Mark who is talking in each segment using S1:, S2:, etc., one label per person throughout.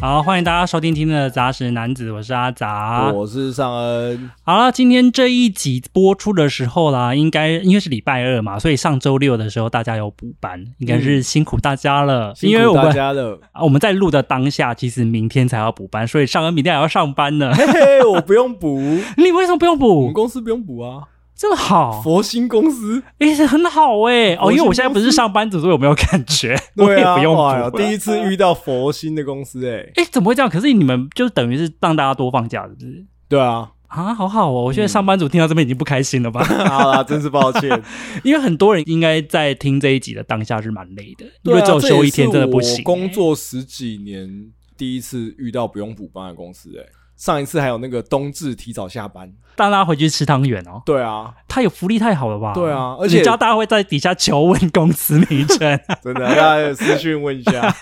S1: 好，欢迎大家收听今天的杂食男子，我是阿杂。
S2: 我是尚恩，
S1: 好啦，今天这一集播出的时候啦，应该因为是礼拜二嘛，所以上周六的时候大家有补班，应该是辛苦大家了。因
S2: 嗯辛
S1: 为
S2: 苦
S1: 我
S2: 大
S1: 们
S2: 家 了。
S1: 啊我们在录的当下，其实明天才要补班，所以上恩明天还要上班呢。
S2: 嘿嘿，我不用补，
S1: 你为什么不用
S2: 我们
S1: 补？
S2: 公司不用补啊，
S1: 这么 好，
S2: 佛心公司。
S1: 哎、很好哎、哦，
S2: 佛
S1: 因为
S2: 心
S1: 我现在不是上班族，所以我没有感 觉，我
S2: 对
S1: 也
S2: 啊，
S1: 不用
S2: 哇
S1: 补。
S2: 第一次遇到佛心的公司、欸，哎，
S1: 哎、怎么会这样？可是你们就等于是让大家多放假，是不是？
S2: 对啊，
S1: 啊，好好哦！我
S2: 嗯
S1: 觉得上班族听到这边已经不开心了吧？
S2: 好啦，真是抱歉。
S1: 因为很多人应该在听这一集的当下是蛮累的， 因
S2: 对
S1: 为
S2: 啊，
S1: 只有
S2: 这
S1: 休
S2: 也
S1: 一天
S2: 是
S1: 真的不
S2: 我
S1: 行、
S2: 工作十几年，第一次遇到不用补班的公司、欸，哎，上一次还有那个冬至提早下班。
S1: 让大家回去吃汤圆哦，
S2: 对啊，
S1: 他有福利太好了吧？
S2: 对啊而且
S1: 你知道大家会在底下求问公司名称，
S2: 真的，大家有私讯问一下。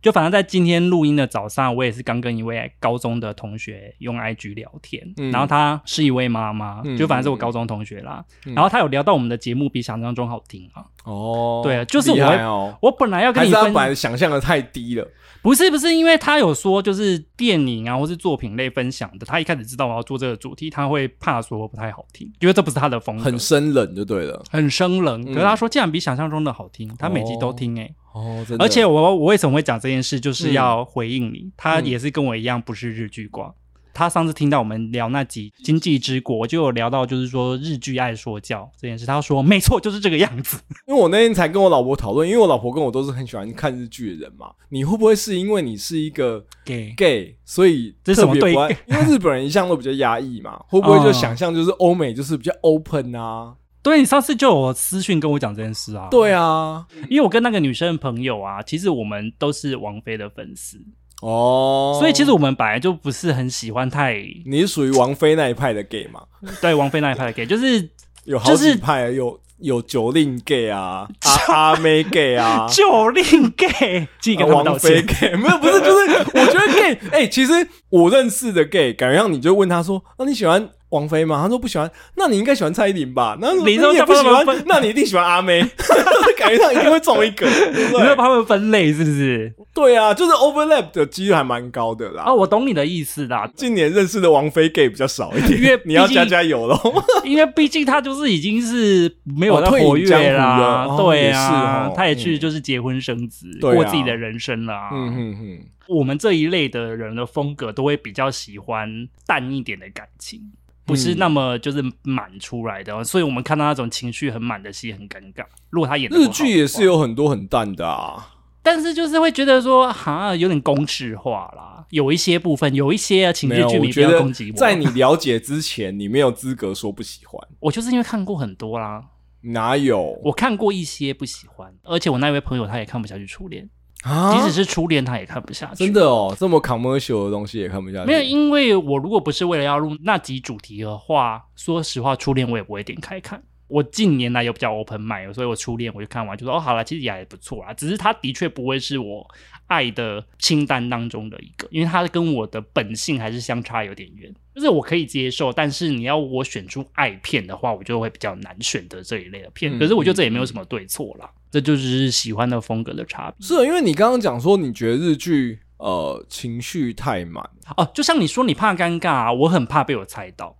S1: 就反正在今天录音的早上，我也是刚跟一位高中的同学用 IG 聊天，
S2: 嗯
S1: 然后她是一位妈妈，
S2: 嗯
S1: 就反正是我高中同学啦，
S2: 嗯
S1: 然后她有聊到我们的节目比想象中好听啊，
S2: 哦，
S1: 对啊就是我
S2: 厉害哦。
S1: 我本来要跟
S2: 还
S1: 你
S2: 是他
S1: 分
S2: 本来想象的太低了，
S1: 不是不是，因为他有说就是电影啊，或是作品类分享的，他一开始知道我要做这个主题，他会怕说不太好听，因为这不是他的风格，
S2: 很生冷就对了。
S1: 很生冷。可
S2: 嗯
S1: 是他说，竟然比想象中的好听，他每集都听哎、
S2: 哦，真的。
S1: 而且我我为什么会讲这件事，就是要回应你，他也是跟我一样不是日剧挂。他上次听到我们聊那集《经济之国》，就有聊到就是说日剧爱说教这件事，他说没错，就是这个样子。
S2: 因为我那天才跟我老婆讨论，因为我老婆跟我都是很喜欢看日剧的人嘛。你会不会是因为你是一个
S1: 给
S2: gay，所以
S1: 这是什么
S2: 特别
S1: 对
S2: 不爱？因为日本人一向都比较压抑嘛，会不会就
S1: 哦
S2: 想象就是欧美就是比较 open 啊？
S1: 对你上次就有私讯跟我讲这件事啊，
S2: 对啊，
S1: 因为我跟那个女生的朋友啊，其实我们都是王菲的粉丝，
S2: 哦，
S1: 所以其实我们本来就不是很喜欢太
S2: 你是属于王菲那一派的 gay 嘛？
S1: 对王菲那一派的 gay，就是
S2: 有好
S1: 就是。
S2: 几派啊，有有九令 gay 啊，阿阿妹 gay 啊
S1: 就令 gay，自己
S2: 啊
S1: 跟他们道
S2: 王菲
S1: 歉。
S2: gay 没有不是就是 我觉得 gay 哎、其实我认识的 gay 感觉上你就问他说，那、你喜欢王菲吗？他说不喜欢，那你应该喜欢蔡依林吧？那他说
S1: 你说
S2: 你也
S1: 他
S2: 不
S1: 帮
S2: 喜
S1: 他们
S2: 欢
S1: 分，
S2: 那你一定喜欢阿妹， 感觉上一定会中一个，对
S1: 你
S2: 不
S1: 会
S2: 对？
S1: 把他们分类是不是？
S2: 对啊，就是 overlap 的几率还蛮高的啦。
S1: 啊，我懂你的意思啦，
S2: 近年认识的王菲 gay 比较少一点，
S1: 因为
S2: 你要
S1: 毕竟
S2: 加加油喽。
S1: 因为毕竟他就是已经是没有
S2: 哦
S1: 在
S2: 退隐
S1: 活跃
S2: 江湖
S1: 啦，
S2: 了哦
S1: 对
S2: 也是
S1: 啊，
S2: 哦
S1: 他也去
S2: 嗯
S1: 就是结婚生子，
S2: 对啊
S1: 过自己的人生啦。
S2: 嗯哼哼，
S1: 我们这一类的人的风格都会比较喜欢淡一点的感
S2: 嗯
S1: 情，不是那么就是满出来的哦、所以我们看到那种情绪很满的戏很尴尬。如果他演得不
S2: 日
S1: 好
S2: 剧也是
S1: 的话，
S2: 有很多很淡的啊。
S1: 但是就是会觉得说哈有点公式化啦，有一些部分有一些、啊、情
S2: 没
S1: 绪
S2: 有，
S1: 剧
S2: 我
S1: 迷不
S2: 觉
S1: 要
S2: 得
S1: 攻击我，
S2: 在你了解之前，你没有资格说不喜欢。
S1: 我就是因为看过很多啦，
S2: 哪有？
S1: 我看过一些不喜欢，而且我那位朋友他也看不下去初恋，
S2: 啊
S1: 即使是初恋他也看不下去，
S2: 真的哦，这么 commercial 的东西也看不下去。
S1: 没有，因为我如果不是为了要录那集主题的话，说实话，初恋我也不会点开看。我近年来有比较 open mind，所以我初恋我就看完，就说哦，好了，其实也还不错啦。只是它的确不会是我爱的清单当中的一个，因为它跟我的本性还是相差有点远。就是我可以接受，但是你要我选出爱片的话，我就会比较难选择这一类的片。
S2: 嗯
S1: 可是我觉得这也没有什么对错啦，这就只是喜欢的风格的差别。
S2: 是因为你刚刚讲说，你觉得日剧呃情绪太满，
S1: 哦，就像你说，你怕尴尬、啊，我很怕被我猜到，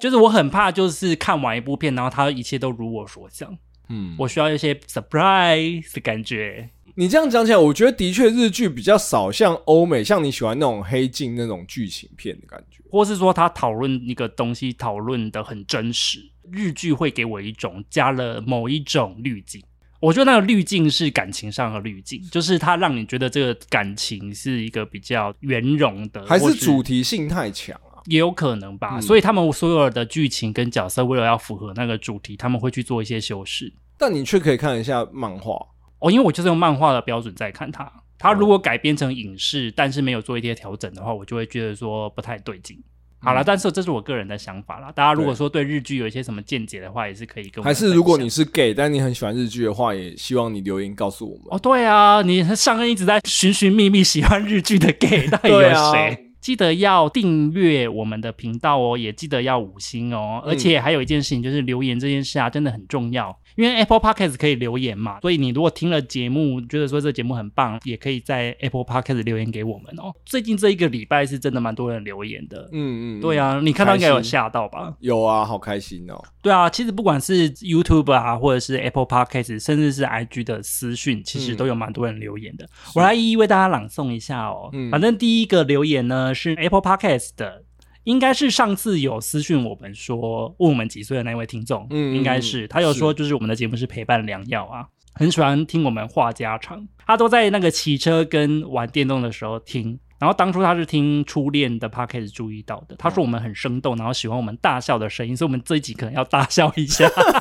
S1: 就是我很怕，就是看完一部片，然后它一切都如我所想，
S2: 嗯，
S1: 我需要一些 surprise 的感觉。
S2: 你这样讲起来，我觉得的确日剧比较少像欧美，像你喜欢那种黑镜那种剧情片的感觉。
S1: 或是说他讨论一个东西讨论的很真实，日剧会给我一种加了某一种滤镜。我觉得那个滤镜是感情上的滤镜，就是它让你觉得这个感情是一个比较圆融的，
S2: 还
S1: 或
S2: 是主题性太强啊？
S1: 也有可能吧。
S2: 嗯
S1: 所以他们所有的剧情跟角色为了要符合那个主题，他们会去做一些修饰。
S2: 但你却可以看一下漫画，
S1: 哦，因为我就是用漫画的标准在看它。它
S2: 嗯
S1: 如果改编成影视，但是没有做一些调整的话，我就会觉得说不太对劲。好
S2: 嗯
S1: 啦，但是这是我个人的想法啦。大家如果说对日剧有一些什么见解的话，也是可以跟我们
S2: 还
S1: 分
S2: 是
S1: 享
S2: 如果你是 gay，但你很喜欢日剧的话，也希望你留言告
S1: 哦
S2: 诉我们。
S1: 哦，对啊，你上恩一直在寻寻觅觅喜欢日剧的 gay 到底有
S2: 对啊
S1: 谁？记得要订阅我们的频道哦，也记得要五星哦。
S2: 嗯
S1: 而且还有一件事情，就是留言这件事啊，真的很重要。因为 Apple Podcast 可以留言嘛，所以你如果听了节目，觉得说这节目很棒，也可以在 Apple Podcast 留言给我们哦。最近这一个礼拜是真的蛮多人留言的，
S2: 嗯嗯，
S1: 对
S2: 啊，
S1: 啊，你看到应该
S2: 开
S1: 有
S2: 心
S1: 吓到吧？
S2: 有啊，好开心哦。
S1: 对啊，其实不管是 YouTube 啊，或者是 Apple Podcast，甚至是 IG 的私讯，其实
S2: 嗯
S1: 都有蛮多人留言的。我来一一为大家朗诵一下哦。
S2: 嗯
S1: 反正第一个留言呢是 Apple Podcast 的，应该是上次有私讯我们说问我们几岁的那位听众，
S2: 嗯
S1: 应该是他有说就是我们的节目是陪伴良药啊，很喜欢听我们话家常，他都在那个骑车跟玩电动的时候听。然后当初他是听初恋的 podcast 注意到的，他说我们很生动，然后喜欢我们大笑的声音，所以我们这一集可能要大笑一下。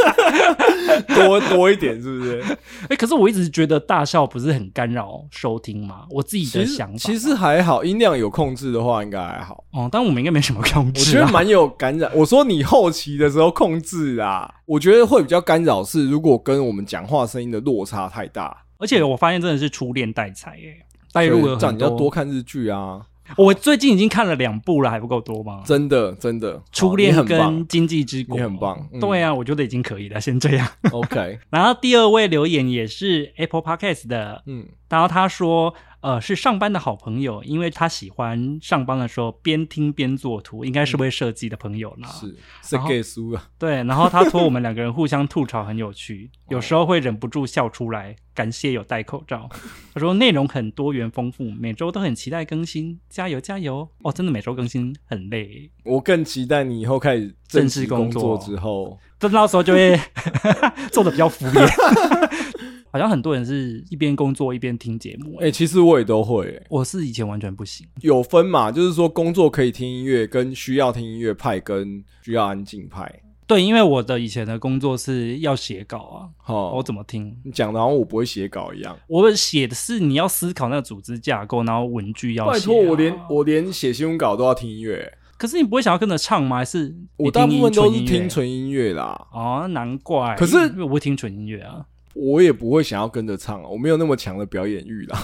S2: 多多一点是不是？
S1: 哎、可是我一直觉得大笑不是很干扰收听吗？我自己的
S2: 其
S1: 想
S2: 实
S1: 法，
S2: 其实还好，音量有控制的话应该还好。
S1: 哦，但我们应该没什么控
S2: 我觉
S1: 制、
S2: 得
S1: 啊。
S2: 蛮有感染。我说你后期的时候控制啊，我觉得会比较干扰是如果跟我们讲话声音的落差太大。
S1: 而且我发现真的是初恋带财耶，带入了
S2: 这样
S1: 很
S2: 你要多
S1: 多。
S2: 看日剧啊，
S1: 我最近已经看了两部了，还不够多吗？
S2: 真的真的。
S1: 初
S2: 好
S1: 恋
S2: 你哦很
S1: 跟
S2: 棒
S1: 《经济之国》
S2: 你很棒嗯
S1: 对啊，我觉得已经可以了，先这样。
S2: ，OK，
S1: 然后第二位留言也是 Apple Podcast 的，
S2: 嗯，
S1: 然后他说，呃，是上班的好朋友，因为他喜欢上班的时候边听边做图，应该是会设计的朋友啦。
S2: 嗯是是
S1: 啊然后
S2: gay 书啊，
S1: 对，然后他托我们两个人互相吐槽很有趣，有时候会忍不住笑出来。感谢有戴口罩。他说内容很多元丰富，每周都很期待更新，加油加油！哦，真的每周更新很累，
S2: 我更期待你以后开始
S1: 正式
S2: 式
S1: 工
S2: 工
S1: 作
S2: 之后，
S1: 但到时候就会 做的比较敷衍。 好像很多人是一边工作一边听节目、
S2: 哎、其实我也都会、欸
S1: 我是以前完全不行。
S2: 有分嘛，就是说工作可以听音乐，跟需要听音乐派，跟需要安静派。
S1: 对，因为我的以前的工作是要写稿啊，
S2: 好，
S1: 我怎么听？
S2: 你讲的好像我不会写稿一样。
S1: 我写的是你要思考那个组织架构，然后文句要写、啊。
S2: 拜托，我连我连写新闻稿都要听音乐、欸
S1: 可是你不会想要跟着唱吗？还是你
S2: 我大部分都是
S1: 音纯音
S2: 听
S1: 乐
S2: 纯音乐啦，
S1: 哦，难怪。
S2: 可是
S1: 因为我会听纯音乐啊，
S2: 我也不会想要跟着唱，啊我没有那么强的表演欲 啦。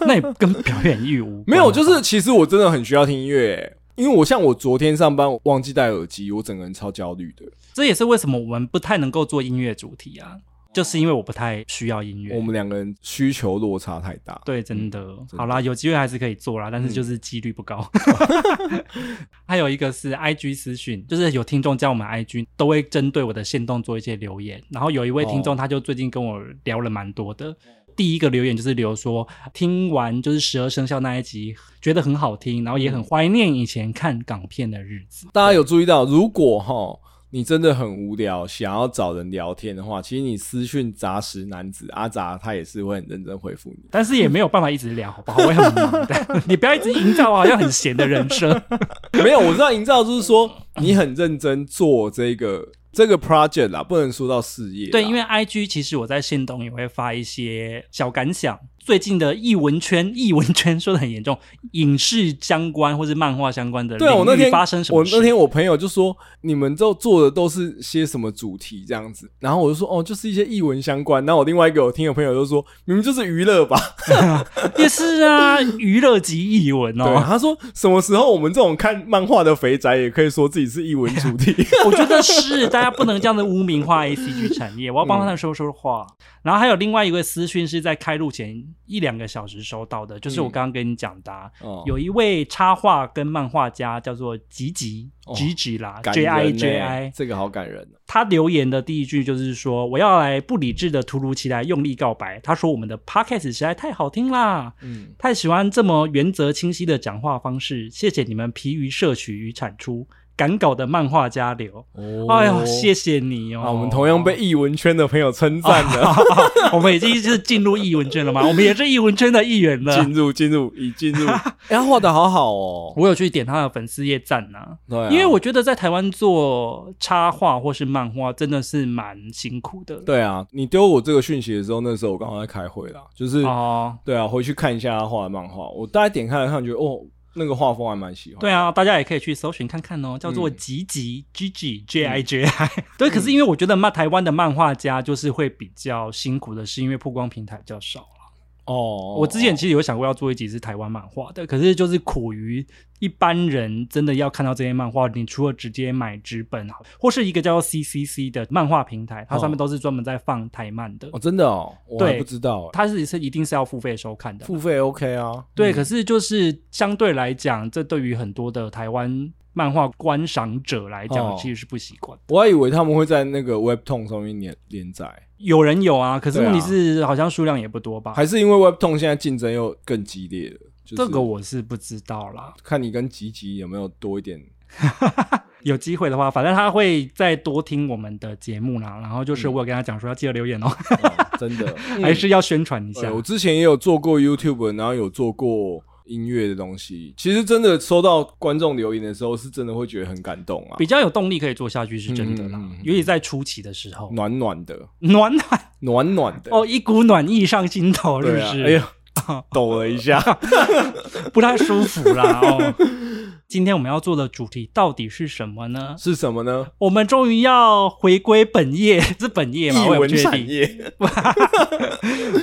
S1: 那也跟表演欲无关。啊
S2: 没有，就是其实我真的很需要听音乐、欸因为我像我昨天上班我忘记戴耳机，我整个人超焦虑的。
S1: 这也是为什么我们不太能够做音乐主题啊，就是因为我不太需要音乐
S2: 我。们两个人需求落差太大。
S1: 对，真的。
S2: 的
S1: 好啦，有机会还是可以做啦，但是就是几率不高。 还有一个是 IG 私讯，就是有听众加我们 IG，都会针对我的线动做一些留言。然后有一位听众，他就最近跟我聊了蛮多的。第一个留言就是留说，听完就是十二生肖那一集，觉得很好听，然后也很怀念以前看港片的日子。
S2: 大家有注意到，如果哈你真的很无聊，想要找人聊天的话，其实你私讯杂食男子阿杂，他也是会很认真回复你。
S1: 但是也没有办法一直聊，好不好？我也很忙 的，你不要一直营造我好像很闲的人设。
S2: 没有，我知道营造就是说你很认真做这个这个 project 啦，不能说到事业啦。
S1: 对，因为 I G 其实我在线动也会发一些小感想，最近的译文圈，译文圈说的很严重，影视相关或是漫画相关的
S2: 对啊，我那
S1: 领域
S2: 天
S1: 发生什么
S2: 我
S1: 事？
S2: 那天我朋友就说，你们都做的都是些什么主题这样子？然后我就说，哦，就是一些译文相关。然后我另外一个我听的朋友就说，你们就是娱 乐吧？
S1: 也是啊，娱乐及译文
S2: 对，啊
S1: 哦，
S2: 他说什么时候我们这种看漫画的肥宅也可以说自己是译文主 题？
S1: 我觉得是，大家不能这样的污名化 A C G 产业，我要帮他们说说 话。然后还有另外一位私讯是在开录前一两个小时收到的，就是我
S2: 嗯
S1: 刚刚跟你讲的、啊，
S2: 哦
S1: 有一位插画跟漫画家叫做吉吉
S2: 哦
S1: 吉吉啦
S2: 感
S1: ，J
S2: 人
S1: I
S2: 欸
S1: J I，
S2: 这个好感人哦。
S1: 他留言的第一句就是说：“我要来不理智的突如其来用力告白。”他说：“我们的 podcast 实在太好听啦，
S2: 嗯，
S1: 太喜欢这么原则清晰的讲话方式，谢谢你们疲于摄取与产出，赶稿的漫画家流。
S2: 哦
S1: 哎呦，谢谢你哦！
S2: 啊，我们 同样被译文圈的朋友称赞
S1: 好
S2: 了，
S1: 好好我们已经是进入译文圈了吗？ 我们也是译文圈的一员了
S2: 进。入进入已进入， 哎，他画的好好哦，
S1: 我有去点他的粉丝页赞呐、
S2: 对啊，
S1: 因为我觉得在台湾做插画或是漫画真的是蛮辛苦的。
S2: 对啊，你丢我这个讯息的时候，那时候我刚好在开会啦，就是
S1: 哦，
S2: 对啊，回去看一下他画的漫画，我大概点开来看，觉得哦，那个画风还蛮喜欢。
S1: 对啊，大家也可以去搜寻看看哦，叫做
S2: 哦嗯
S1: 吉吉 G G J I J I。对，可是因为我觉得漫台湾的漫画家就是会比较辛苦的，是因为曝光平台比较少。
S2: 哦，
S1: 我之前其实有想过要做一集是台湾漫画的，可是就是苦于一般人真的要看到这些漫画，你除了直接买纸本，好，或是一个叫做 CCC 的漫画平台，它上面都是专门在放台漫的，
S2: 哦，真的哦，我还
S1: 对
S2: 不知道欸，
S1: 它是是一定是要付费收看的嘛。
S2: 付费 OK 啊，
S1: 对，
S2: 嗯
S1: 可是就是相对来讲，这对于很多的台湾漫画观赏者来讲，
S2: 哦
S1: 其实是不习惯。
S2: 我还以为他们会在那个 Webtoon 上面连连载，
S1: 有人有啊，可是
S2: 对啊
S1: 问题是、好像数量也不多吧？
S2: 还是因为 Webtoon 现在竞争又更激烈了，就是
S1: 这个我是不知道啦。
S2: 看你跟吉吉有没有多一点
S1: 有机会的话，反正他会再多听我们的节目啦。然后就是我有跟他讲说要记得留言哦，
S2: 哦 真的，
S1: 还是要宣传一
S2: 对
S1: 下。
S2: 我之前也有做过 YouTube，然后有做过音乐的东西。其实真的收到观众留言的时候，是真的会觉得很感动啊
S1: 比，较有动力可以做下去是真的啦，
S2: 嗯嗯嗯嗯
S1: 尤其在初期的时候，
S2: 暖暖的，
S1: 暖暖
S2: 暖暖的。
S1: 哦，一股暖意上心头，是不
S2: 对啊，
S1: 是？
S2: 哎呦，抖了一下。
S1: 不太舒服啦。哦，今天我们要做的主题到底是什么呢？
S2: 是什 么呢？
S1: 我们终于要回归本业，是本业嘛？
S2: 艺
S1: 我也不
S2: 文
S1: 确
S2: 产
S1: 定，
S2: 业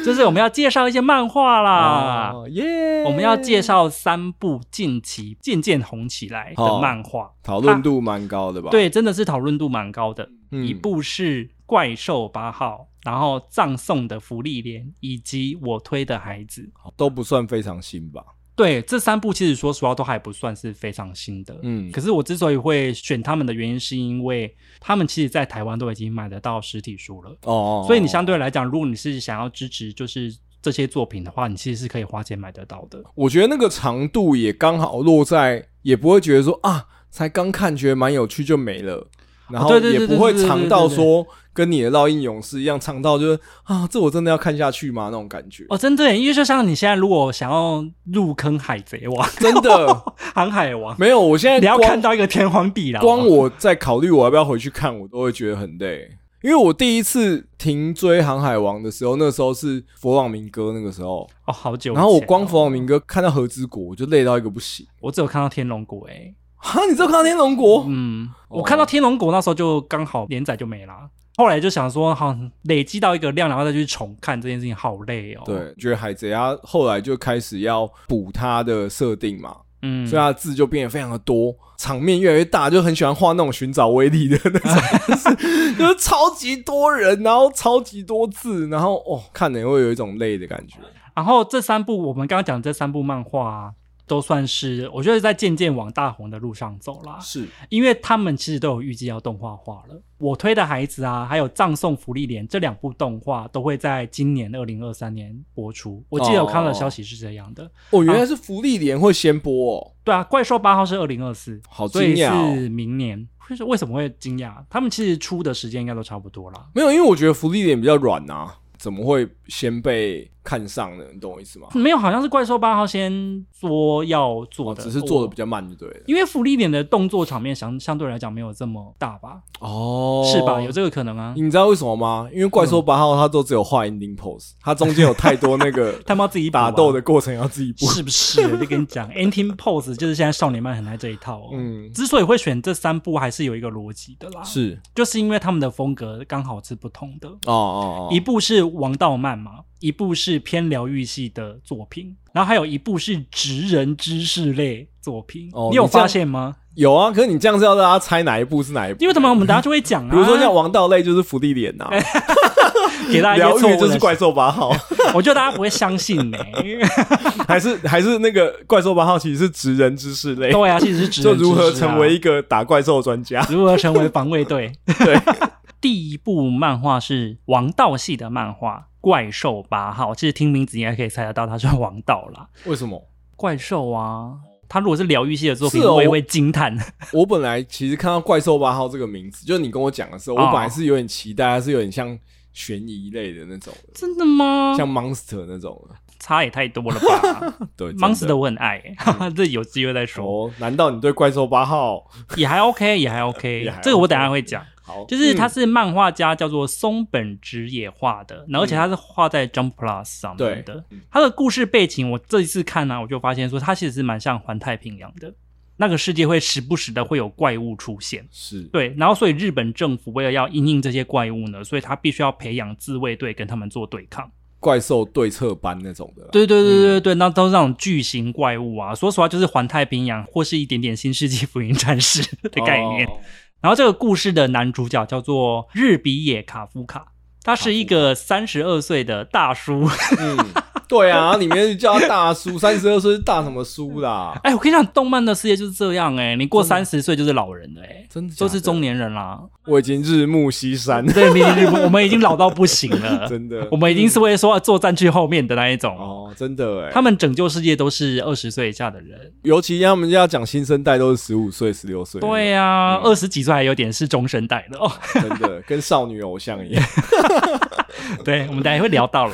S1: 就是我们要介绍一些漫画啦。，
S2: 哦耶！
S1: 啊我们要介绍三部近期渐渐红起来的漫画，
S2: 讨论度蛮高的吧？，
S1: 对，真的是讨论度蛮高的。
S2: 嗯
S1: 一部是《怪兽八号》，然后《葬送的福利莲》，以及《我推的孩子》。
S2: 都不算非常新吧？
S1: 对，这三部其实说实话都还不算是非常新的。
S2: 嗯
S1: 可是我之所以会选他们的原因，是因为他们其实在台湾都已经买得到实体书了，
S2: 哦，
S1: 所以你相对来讲，如果你是想要支持就是这些作品的话，你其实是可以花钱买得到的。
S2: 我觉得那个长度也刚好落在，也不会觉得说啊，才刚看觉得蛮有趣就没了，然后
S1: 哦对对对
S2: 也
S1: 对
S2: 不会
S1: 对对
S2: 长
S1: 对
S2: 到
S1: 对
S2: 说跟你的烙印勇士一样长到就是啊，这我真的要看下去吗？那种感觉，
S1: 哦，真的耶，因为就像你现在如果想要入坑海贼王、
S2: 真 的
S1: 航海王，
S2: 没有。我现在
S1: 你要
S2: 光
S1: 看到一啊个天荒地老。哦
S2: 光我在考虑我要不要回去看，我都会觉得很累。因为我第一次停追《航海王》的时候，那时候是佛朗明哥那个时候，
S1: 哦，好久以前哦。
S2: 然后我光佛朗明哥看到和之国，我就累到一个不行。
S1: 我只有看到天龙国哎、
S2: 哈，你知道看到天龙国？
S1: 嗯，
S2: 哦
S1: 我看到天龙国那时候就刚好连载就没啦。后来就想说，好累积到一个量，然后再去重看这件事情，好累哦。，
S2: 对，觉得海贼他后来就开始要补他的设定嘛，
S1: 嗯，
S2: 所以他的字就变得非常的多，场面越来越大，就很喜欢画那种寻找威力的那种， 就是就是超级多人，然后超级多字，然后哦，看了也会有一种累的感觉。
S1: 然后这三部我们刚刚讲的这三部漫画、啊，都算是我觉得在渐渐往大红的路上走啦，
S2: 是，
S1: 因为他们其实都有预计要动画化了。我推的孩子啊，还有葬送福利连这两部动画都会在今年二零二三年播出。我记得我看到的消息是这样的。
S2: 哦，原来是福利连会先播哦，
S1: 对啊，怪兽八号是二零二四，
S2: 好
S1: 所以
S2: 惊讶哦
S1: 是明年。就是为什么会惊讶？他们其实出的时间应该都差不多啦。
S2: 没有，因为我觉得福利连比较软啊，怎么会先被看上呢？你懂我意思吗？
S1: 没有，好像是怪兽八号先说要做
S2: 哦，
S1: 的，
S2: 只是做的
S1: 我
S2: 比较慢就对了。
S1: 因为福利点的动作场面相相对来讲没有这么大吧？
S2: 哦，
S1: 是吧？有这个可能啊。
S2: 你知道为什么吗？因为怪
S1: 嗯
S2: 兽八号它都只有画 ending pose，它中间有太多 那个
S1: 他们要自己补啊
S2: 打斗的过程要自己补。
S1: 是不是？我就跟你 讲 e n d i n g pose 就是现在少年漫很爱这一套哦。
S2: 嗯，
S1: 之所以会选这三部，还是有一个逻辑的啦，
S2: 是
S1: 就是因为他们的风格刚好是不同的。
S2: 哦哦哦，
S1: 一部是王道漫嘛，一部是偏疗愈系的作品，然后还有一部是职人知识类作品。
S2: 哦
S1: 你有
S2: 你这样
S1: 发现吗？
S2: 有啊。可是你这样是要大家猜哪一部是哪一部？
S1: 因为怎么我们大家就会讲啊，
S2: 比如说像王道类就是福 利脸呐，
S1: 给大家一
S2: 啊
S1: 些
S2: 疗
S1: 哎错误
S2: 愈
S1: 的
S2: 就是怪，兽 八号，
S1: 我觉得大家不会相信呢、因为
S2: 还是还是那个怪兽八号其实是职人知识类，
S1: 对啊，其实是职
S2: 就
S1: 人知识啊、
S2: 如何成为一个打怪兽专家。
S1: 如何成为防卫队。
S2: 对，
S1: 第一部漫画是王道系的漫画《怪兽八号》，其实听名字应该可以猜得到它是王道啦。
S2: 为什么？
S1: 怪兽啊，它如果是疗愈系的作品，
S2: 是哦
S1: 我也会惊叹。
S2: 我本来其实看到“怪兽八号”这个名字，就是你跟我讲的时候，我
S1: 哦
S2: 本来是有点期待，它是有点像悬疑类的那种，
S1: 真的吗？
S2: 像 Monster 那种的。
S1: 差也太多了吧
S2: 对 真的嗯
S1: ？Monster 我很爱、哈哈， 这有机会再说，
S2: 哦，难道你对怪兽八号
S1: 也还 OK，也还 OK，
S2: 也还 OK
S1: 这个我等一下会讲。
S2: 好？
S1: 就是它
S2: 嗯
S1: 是漫画家叫做松本直也画的，然后而
S2: 嗯
S1: 且它是画在 Jump Plus 上面的。它的故事背景，我这一次看呢、啊我就发现说，它其实是蛮像环太平洋的，那个世界会时不时的会有怪物出现。
S2: 是
S1: 对，然后所以日本政府为了要因应这些怪物呢，所以他必须要培养自卫队跟他们做对抗。
S2: 怪兽对策班那种的啦。
S1: 对对对对对，那都是那种巨型怪物啊。说实话，就是环太平洋或是一点点新世纪福音战士 的概念。
S2: 哦
S1: 然后这个故事的男主角叫做日比野卡夫卡，他是一个三十二岁的大叔。
S2: 嗯，对啊，里面就叫他大叔，三十二岁是大什么叔啦？
S1: 哎，我跟你讲，动漫的世界就是这样哎、你过三十岁就是老人了哎、
S2: 真的假
S1: 都
S2: 的
S1: 是中，年人啦。
S2: 我已经日暮西山，
S1: 对，你你我们已经老到不行了，
S2: 真的
S1: 我们已经是会说作战去后面的那一种。
S2: 哦，真的哎、
S1: 他们拯救世界都是二十岁以下的人，
S2: 尤其他们要讲新生代都是十五岁、十六岁，
S1: 对，呀、
S2: 嗯
S1: 二十几岁还有点是中生代的哦。
S2: 真的跟少女偶像一样。
S1: 对，我们等一下会聊到 了。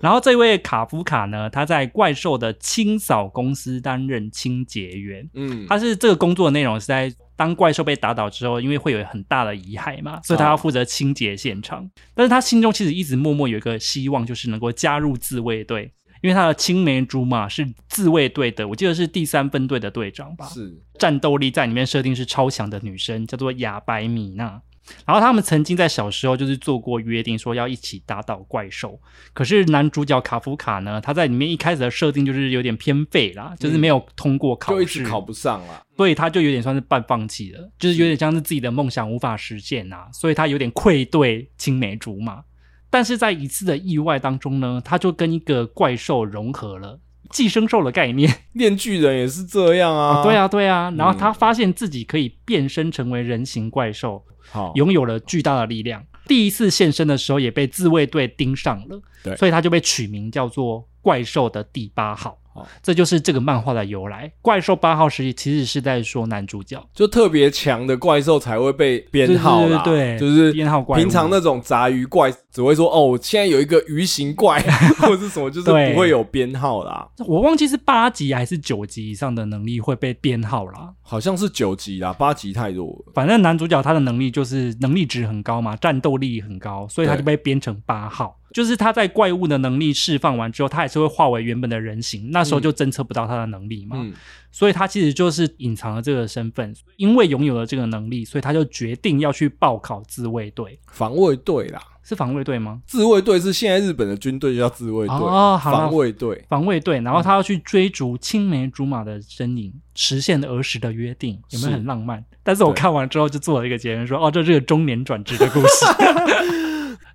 S1: 然后这位卡夫卡呢，他在怪兽的清扫公司担任清洁员，
S2: 嗯，
S1: 他是这个工作的内容是在当怪兽被打倒之后，因为会有很大的遗骸
S2: 哦
S1: 嘛，所以他要负责清洁现场。但是他心中其实一直默默有一个希望，就是能够加入自卫队，因为他的青梅竹马是自卫队的，我记得是第三分队的队长吧，
S2: 是
S1: 战斗力在里面设定是超强的女生，叫做雅白米娜。然后他们曾经在小时候就是做过约定，说要一起打倒怪兽。可是男主角卡夫卡呢，他在里面一开始的设定就是有点偏废啦，就是没有通过考试，
S2: 嗯就一直考不上啦。
S1: 所以他就有点算是半放弃了，就是有点像是自己的梦想无法实现呐、所以他有点愧对青梅竹马。但是在一次的意外当中呢，他就跟一个怪兽融合了，寄生兽的概念。
S2: 炼巨人也是这样啊，
S1: 对，啊，对啊。然后他
S2: 嗯
S1: 发现自己可以变身成为人形怪兽，
S2: 好，
S1: 拥有了巨大的力量。第一次现身的时候也被自卫队盯上了，
S2: 对
S1: 所以他就被取名叫做怪兽的第八号
S2: 好。
S1: 这就是这个漫画的由来。怪兽八号实际其实是在说男主角，
S2: 就特别强的怪兽才会被编号啦，
S1: 对对对对
S2: 就是
S1: 编号怪物
S2: 平常那种杂鱼怪只会说哦，我现在有一个鱼形 怪或者是什么，就是
S1: 对
S2: 不会有编号啦，
S1: 我忘记是八级还是九级以上的能力会被编号啦。
S2: 好像是九级啦，八级太弱了。
S1: 反正男主角他的能力就是能力值很高嘛，战斗力很高，所以他就被编成八号。就是他在怪物的能力释放完之后，他还是会化为原本的人形，那时候就侦测不到他的能力嘛。
S2: 嗯，
S1: 所以他其实就是隐藏了这个身份，因为拥有了这个能力，所以他就决定要去报考自卫队，
S2: 防卫队啦，
S1: 是防卫队吗？
S2: 自卫队是现在日本的军队就叫自卫队，
S1: 哦好啦
S2: 防卫队
S1: 防卫队，然后他要去追逐青梅竹马的身影，实现儿时的约定，有没有
S2: 是
S1: 很浪漫？但是我
S2: 对
S1: 看完之后就做了一个结论，说哦，这是个中年转职的故 事。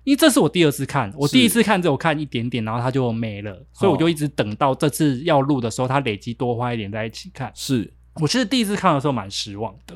S1: 因为这是我第二次看，我
S2: 是
S1: 第一次看只有看一点点，然后它就没了，所以我就一直等到这次要录的时候，它累积多花一点在一起看。
S2: 是
S1: 我其实第一次看的时候蛮失望的。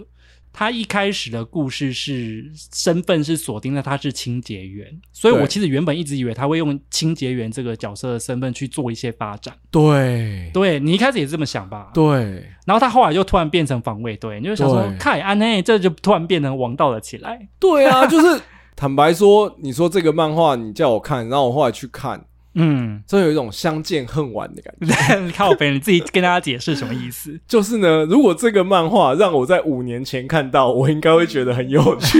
S1: 他一开始的故事是身份是锁定在他是清洁员，所以
S2: 对
S1: 我其实原本一直以为他会用清洁员这个角色的身份去做一些发展。
S2: 对
S1: 对你一开始也是这么想吧？。
S2: 对，
S1: 然后他后来就突然变成防卫队，你就想说
S2: 对，
S1: 凯安内这就突然变成王道了起来。
S2: 对啊， 就是坦白说，你说这个漫画你叫我看，然后我后来去看，
S1: 嗯，
S2: 真有一种相见恨晚的感觉。
S1: 靠北，你自己跟大家解释什么意 思？
S2: 就是呢，如果这个漫画让我在五年前看到，我应该会觉得很有 趣，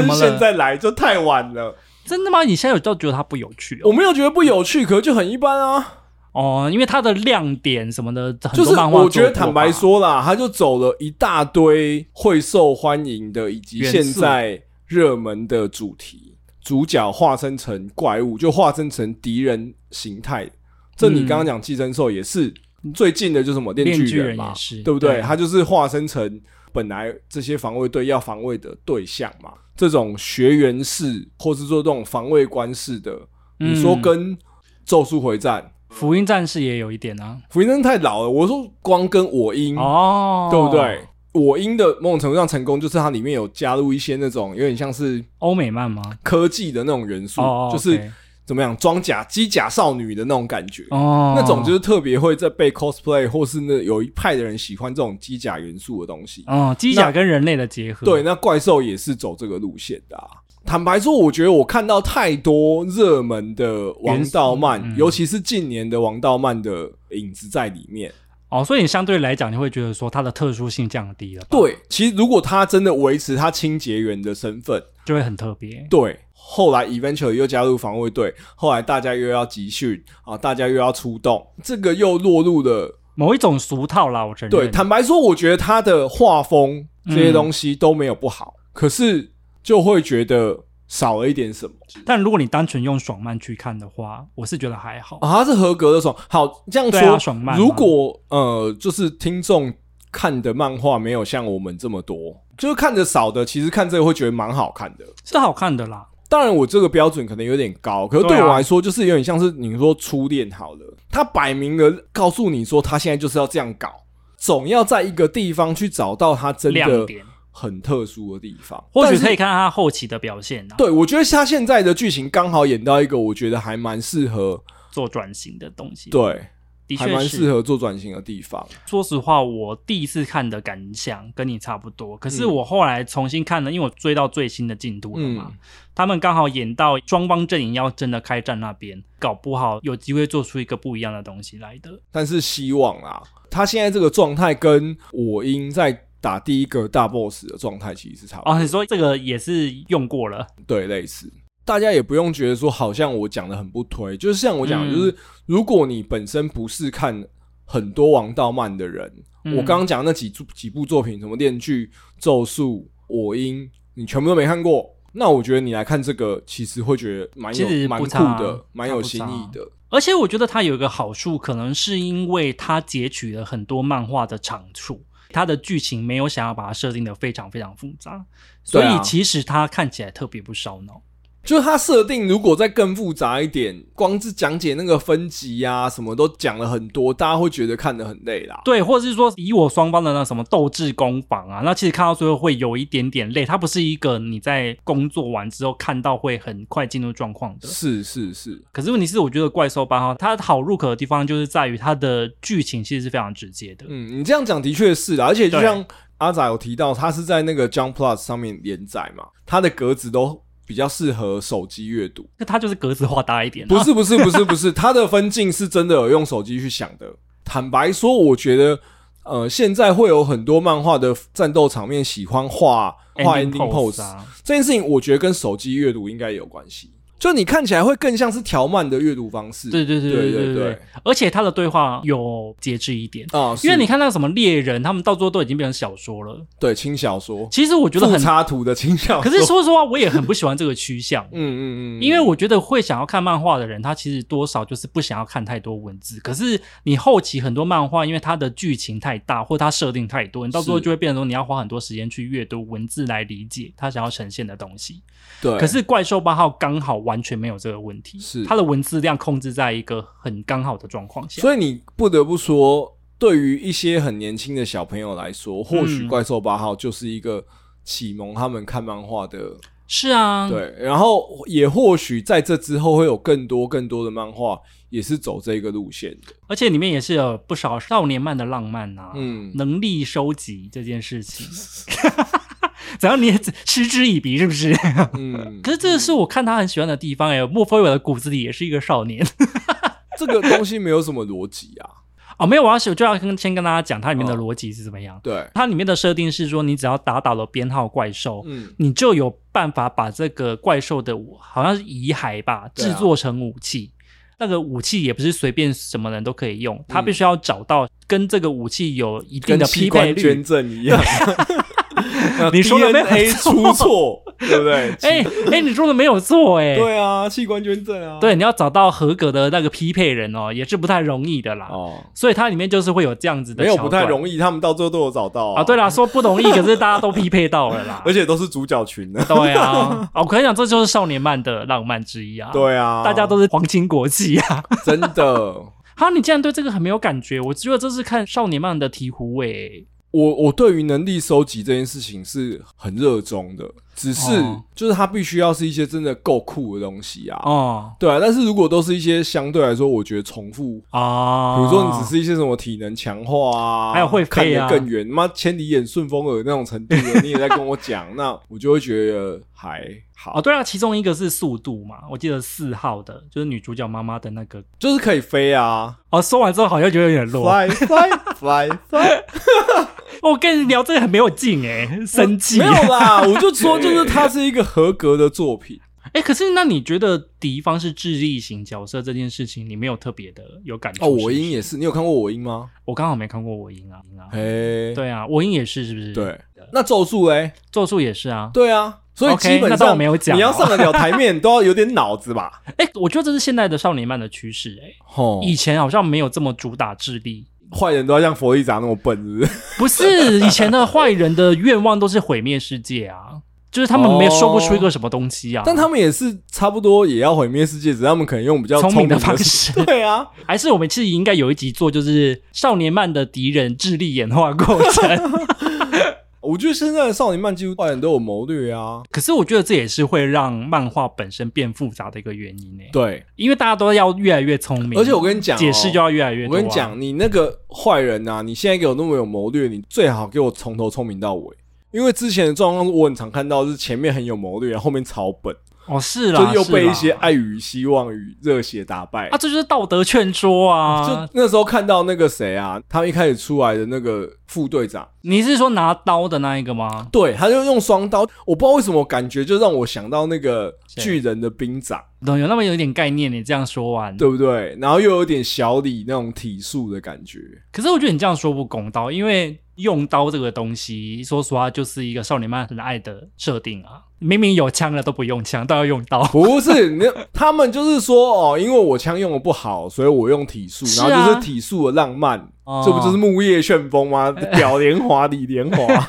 S1: 怎
S2: 是
S1: 么了
S2: 现在来就太晚了。
S1: 真的吗？你现在有都觉得他不有趣哦？
S2: 我没有觉得不有趣，可是就很一般啊。
S1: 哦，因为他的亮点什么的，很
S2: 就是
S1: 多漫画
S2: 我觉得
S1: 做过
S2: 坦白
S1: 吧，
S2: 说啦，他就走了一大堆会受欢迎的以及
S1: 元素
S2: 现在热门的主题，主角化身成怪物，就化身成敌人形态。这你
S1: 嗯
S2: 刚刚讲寄生兽也是最近的，就是什么
S1: 炼
S2: 电
S1: 巨
S2: 锯
S1: 嗯人
S2: 嘛
S1: 也，是
S2: 对不对？
S1: 对
S2: 他就是化身成本来这些防卫队要防卫的对象嘛。这种学员式，或是说这种防卫官式的，
S1: 嗯
S2: 你说跟《咒术回战》
S1: 福音战士也有一点啊。
S2: 福音真的太老了。我说光跟我音，
S1: 哦，
S2: 嗯对不对？？我音的某种程度上成功，就是它里面有加入一些那种有点像是
S1: 欧美漫吗？
S2: 科技的那种元素，
S1: 哦，
S2: 就是
S1: OK
S2: 怎么样装甲机甲少女的那种感觉。
S1: 哦，
S2: 那种就是特别会在被 cosplay 或是那有一派的人喜欢这种机甲元素的东西。
S1: 哦，机甲跟人类的结合，
S2: 对，，那怪兽也是走这个路线的、啊。坦白说，我觉得我看到太多热门的王道漫，
S1: 元素嗯
S2: 尤其是近年的王道漫的影子在里面。
S1: 哦，所以你相对来讲，你会觉得说它的特殊性降低了，，
S2: 对，其实如果他真的维持他清洁员的身份，
S1: 就会很特别。
S2: 对，后来 eventually 又加入防卫队，后来大家又要集训啊，大家又要出动，这个又落入了。
S1: 某一种俗套啦，我承认。
S2: 对，坦白说，我觉得他的画风这些东西都没有不好，可是就会觉得少了一点什么。
S1: 但如果你单纯用爽漫去看的话，我是觉得还好。
S2: 啊，它是合格的爽。好，这样
S1: 对
S2: 说，
S1: 啊爽漫嘛
S2: 如果呃，就是听众看的漫画没有像我们这么多，就是看的少的，其实看这个会觉得蛮好看的。
S1: 是好看的啦。
S2: 当然，我这个标准可能有点高，可是
S1: 对啊
S2: 对我来说，就是有点像是你说初恋好了，他摆明了告诉你说他现在就是要这样搞，总要在一个地方去找到他真
S1: 亮
S2: 的
S1: 点，
S2: 很特殊的地方。
S1: 或许
S2: 但是
S1: 可以看他后期的表现啊，
S2: 对，我觉得他现在的剧情刚好演到一个，我觉得还蛮适合，
S1: 做转型的东西，，
S2: 对，
S1: 的
S2: 还
S1: 确
S2: 蛮
S1: 是
S2: 适。合做转型的地方。
S1: 说实话，我第一次看的感想跟你差不多，可是
S2: 嗯
S1: 我后来重新看了，因为我追到最新的进度了嘛。
S2: 嗯
S1: 他们刚好演到双方阵营要真的开战那边，搞不好有机会做出一个不一样的东西来的。
S2: 但是希望啦，他现在这个状态跟我英在打第一个大 boss 的状态其实是差不多，
S1: 哦，你说这个也是用过了，
S2: 对，类似。大家也不用觉得说好像我讲的很不推，就是像我讲的，
S1: 嗯
S2: 就是如果你本身不是看很多王道漫的人，
S1: 嗯
S2: 我刚刚讲那几部几部作品，什么《电锯》《咒术》《我英》，你全部都没看过，那我觉得你来看这个，其实会觉得蛮
S1: 其实
S2: 有
S1: 不
S2: 蛮酷
S1: 差
S2: 的，蛮
S1: 它
S2: 有
S1: 不
S2: 新
S1: 差啊
S2: 意的。
S1: 而且我觉得它有一个好处，可能是因为它截取了很多漫画的长处，它的剧情没有想要把它设定的非常非常复杂，所
S2: 对啊
S1: 以其实它看起来特别不烧脑。
S2: 就是它设定如果再更复杂一点，光是讲解那个分级呀、啊，什么都讲了很多，大家会觉得看得很累啦。
S1: 对，或者是说以我双方的那什么斗志攻防啊，那其实看到最后会有一点点累，它不是一个你在工作完之后看到会很快进入状况的。
S2: 是是是，
S1: 可是问题是，我觉得怪兽八号它好入口的地方就是在于它的剧情其实是非常直接的。
S2: 嗯，你这样讲的确是啦，而且就
S1: 对
S2: 像阿仔有提到，它是在那个 Jump Plus 上面连载嘛，它的格子都比较适合手机阅读。
S1: 那它就是格子化大一点、啊，
S2: 不是不是不是不是，它的分镜是真的有用手机去想的。坦白说，我觉得呃，现在会有很多漫画的战斗场面喜欢画画
S1: ending
S2: pose，
S1: pose 啊，
S2: 这件事情，我觉得跟手机阅读应该有关系。就你看起来会更像是条漫的阅读方式，
S1: 对对对
S2: 对
S1: 对
S2: 对
S1: 对，而且他的对话有节制一点，
S2: 啊，
S1: 因为
S2: 是
S1: 你看那个什么猎人，他们到最后都已经变成小说了。
S2: 对轻小说，
S1: 其实我觉得
S2: 附
S1: 很，
S2: 插图的轻小说，，
S1: 可是说实话，我也很不喜欢这个趋向
S2: 嗯嗯嗯，
S1: 因为我觉得会想要看漫画的人，他其实多少就是不想要看太多文字。可是你后期很多漫画，因为它的剧情太大，或它设定太多，你到最后
S2: 是
S1: 就会变成说你要花很多时间去阅读文字来理解他想要呈现的东西。
S2: 对，
S1: 可是怪兽八号刚好完全没有这个问题，
S2: 是
S1: 它的文字量控制在一个很刚好的状况下。
S2: 所以你不得不说，对于一些很年轻的小朋友来说，或许
S1: 嗯
S2: 怪兽八号就是一个启蒙他们看漫画的
S1: 是啊，
S2: 对，然后也或许在这之后会有更多更多的漫画也是走这个路线的，
S1: 而且里面也是有不少少年漫的浪漫啊，
S2: 嗯，
S1: 能力收集这件事情， 怎样你也嗤之以鼻是不是？
S2: 嗯
S1: 可是这个是我看他很喜欢的地方哎、莫非我的骨子里也是一个少年
S2: 这个东西没有什么逻辑啊，
S1: 哦？没有，我要我就要跟先跟大家讲它里面
S2: 哦
S1: 的逻辑是怎么样。
S2: 对，
S1: 它里面的设定是说，你只要打倒了编号怪兽，
S2: 嗯，
S1: 你就有办法把这个怪兽的好像是遗骸吧，
S2: 对啊
S1: 制作成武器。那个武器也不是随便什么人都可以用，他
S2: 嗯
S1: 必须要找到跟这个武器有一定的
S2: 跟
S1: 匹
S2: 器
S1: 配
S2: 官捐
S1: 率。
S2: 赠一样， 呃
S1: 你说的没有
S2: DNA
S1: 错
S2: 出错，对不对？
S1: 哎哎、你说的没有错哎、
S2: 对啊，器官捐赠啊，
S1: 对，你要找到合格的那个匹配人哦，也是不太容易的啦。
S2: 哦，
S1: 所以它里面就是会有这样子的
S2: 没有不太容
S1: 易
S2: 易，他们到最后都有找到
S1: 啊。对啦，说不容易，可是大家都匹配到了啦。
S2: 而且都是主角群 呢，
S1: 对啊，哦我跟你讲，这就是少年漫的浪漫之一啊。、
S2: 对啊，
S1: 大家都是皇亲国戚啊。
S2: 真的。
S1: 哈，你竟然对这个很没有感觉？我觉得这是看少年漫的醍醐味欸、
S2: 我我对于能力收集这件事情是很热衷的，只是
S1: 哦
S2: 就是它必须要是一些真的够酷的东西啊。
S1: 哦
S2: 对啊，但是如果都是一些相对来说，我觉得重复，
S1: 啊，
S2: 比如说你只是一些什么体能强化啊，
S1: 还有会
S2: 看
S1: 飞啊
S2: 得更远，妈千里眼顺风耳那种程度 的，你也在跟我讲，那我就会觉得还好，
S1: 哦，对啊，其中一个是速度嘛，我记得四号的就是女主角妈妈的那个。
S2: 就是可以飞啊
S1: 哦，说完之后好像觉得有点弱。
S2: ，fly fly fly fly，
S1: 我跟你聊这个很没有劲哎、生气。
S2: 哦没有啦， 我就说就是它是一个合格的作品。
S1: 哎、可是那你觉得敌方是智力型角色这件事情，你没有特别的有感触
S2: 哦，我
S1: 是不
S2: 音
S1: 是
S2: 也是，你有看过我音吗？
S1: 我刚好没看过我赢啊，赢啊，
S2: 嘿，
S1: 对啊，我赢也是，是不是？
S2: 对，那咒术嘞？
S1: 咒术也是啊，
S2: 对啊，所以
S1: OK，
S2: 基本
S1: 那当
S2: 上
S1: 我没有讲哦
S2: 你要上得了台面，都要有点脑 子吧？
S1: 哎、我觉得这是现在的少年漫的趋势、哎、
S2: 吼，
S1: 以前好像没有这么主打智力，
S2: 坏人都要像佛利扎那么笨，是不是？
S1: 不是以前的坏人的愿望都是毁灭世界啊，就是他们没有
S2: 哦
S1: 说不出一个什么东西啊。
S2: 但他们也是差不多也要毁灭世界，只是他们可能用比较
S1: 聪
S2: 明
S1: 明的
S2: 的
S1: 方。式，
S2: 对啊，
S1: 还是我们自己应该有一集做，就是少年漫的敌人智力演化过 程。
S2: 我觉得现在的少年漫几乎坏人都有谋略啊。
S1: 可是我觉得这也是会让漫画本身变复杂的一个原因呢、
S2: 对，
S1: 因为大家都要越来越聪明，
S2: 而且我跟你讲哦、
S1: 解释就要越来越
S2: 我
S1: 多啊、
S2: 跟你讲，你那个坏人啊，你现在给我那么有谋略，你最好给我从头聪明到尾。因为之前的状况，我很常看到是前面很有谋略，然后后面草本，
S1: 哦，是啦，
S2: 就又被
S1: 是啦
S2: 一些爱与希望与热血打败。
S1: 啊，这就是道德劝说啊
S2: 就。那时候看到那个谁啊，他们一开始出来的那个副队长，
S1: 你是说拿刀的那一个吗？
S2: 对，他就用双刀，我不知道为什么感觉就让我想到那个
S1: 谁
S2: 巨人的兵长，
S1: 懂有那么有点概念，你这样说完，
S2: 对不对？然后又有点小李那种体术的感觉，
S1: 可是我觉得你这样说不公道，因为用刀这个东西，说实话就是一个少年漫很爱的设定啊。明明有枪了都不用枪，都要用 刀。
S2: 不是那他们就是说哦，因为我枪用的不好，所以我用体术，
S1: 是啊
S2: 然后就是体术的浪漫，
S1: 哦
S2: 这不就是木叶旋风吗？ 表莲华、李莲华，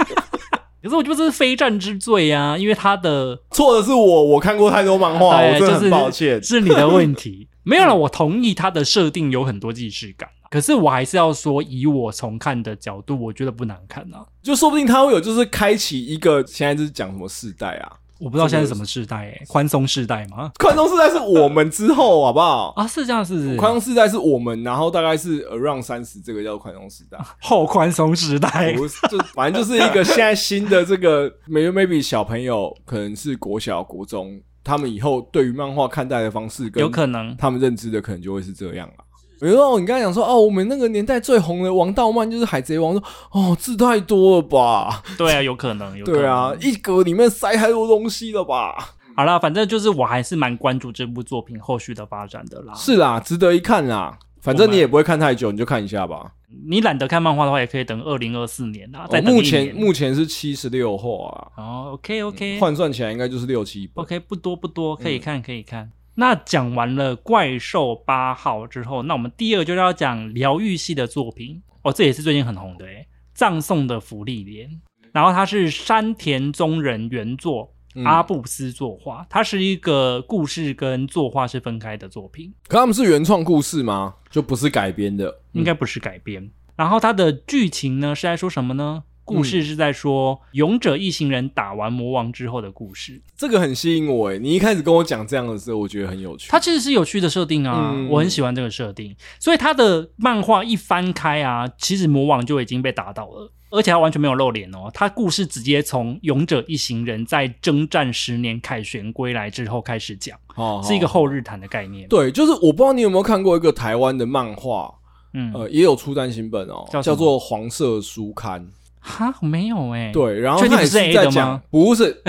S1: 可是我觉得这是非战之罪啊，因为他的
S2: 错的是我，我看过太多漫画，我
S1: 对，
S2: 真的
S1: 哎就
S2: 很
S1: 是
S2: 抱歉。
S1: 是你的问 题。没有了，我同意他的设定有很多既视感，啊可是我还是要说，以我重看的角度，我觉得不难看啊。
S2: 就说不定他会有，就是开启一个现在就是讲什么世代啊？
S1: 我不知道现在是什么世代、欸，宽松世代吗？
S2: 宽松世代是我们之后，好不好？
S1: 啊，是这样，是不是
S2: 宽松世代是我们，然后大概是 around 三十，这个叫宽松世代。
S1: 后宽松时 代。
S2: 不是，就反正就是一个现在新的这个 maybe maybe 小朋友可能是国小、国中，他们以后对于漫画看待的方式跟
S1: 有可能
S2: 他们认知的可能就会是这样了。比如说，你刚才讲说哦，我们那个年代最红的王道漫就是《海贼王》，说哦，字太多了吧？
S1: 对啊，有可能，有可能
S2: 对啊，一格里面塞太多东西了吧？
S1: 好啦，反正就是我还是蛮关注这部作品后续的发展的啦。
S2: 是啦，值得一看啦。反正
S1: 我
S2: 你
S1: 们
S2: 也不会看太久，你就看一下吧。
S1: 你懒得看漫画的话，也可以等二零二四年啦。
S2: 哦
S1: 再、等一
S2: 目
S1: 年
S2: 前目前是七十六话啊，
S1: 哦，OK OK
S2: 换嗯算起来应该就是六七本。
S1: OK，不多不多，可以看可以看。那讲完了怪兽八号之后，那我们第二就要讲疗愈系的作品哦，这也是最近很红的诶，《葬送的福利莲》，然后它是山田宗人原作，
S2: 嗯
S1: 阿布斯作画，它是一个故事跟作画是分开的作品，
S2: 可他们是原创故事吗？就不是改编的，嗯
S1: 应该不是改编。然后它的剧情呢是在说什么呢？故
S2: 嗯
S1: 事是在说勇者一行人打完魔王之后的故事，
S2: 这个很吸引我诶。你一开始跟我讲这样的时候，我觉得很有趣。
S1: 它其实是有趣的设定啊，
S2: 嗯
S1: 我很喜欢这个设定。所以它的漫画一翻开啊，其实魔王就已经被打倒了，而且他完全没有露脸哦。他故事直接从勇者一行人在征战十年凯旋归来之后开始讲，
S2: 哦
S1: 是一个
S2: 哦
S1: 后日谈的概念。
S2: 对，就是我不知道你有没有看过一个台湾的漫画，
S1: 嗯，
S2: 呃，也有出单行本哦，
S1: 叫什
S2: 叫
S1: 么
S2: 做《黄色书刊》。
S1: 哈，我没有哎、，
S2: 对，然后
S1: 确定
S2: 他也
S1: 不是 A
S2: 在
S1: 的
S2: 讲
S1: 吗，
S2: 不是，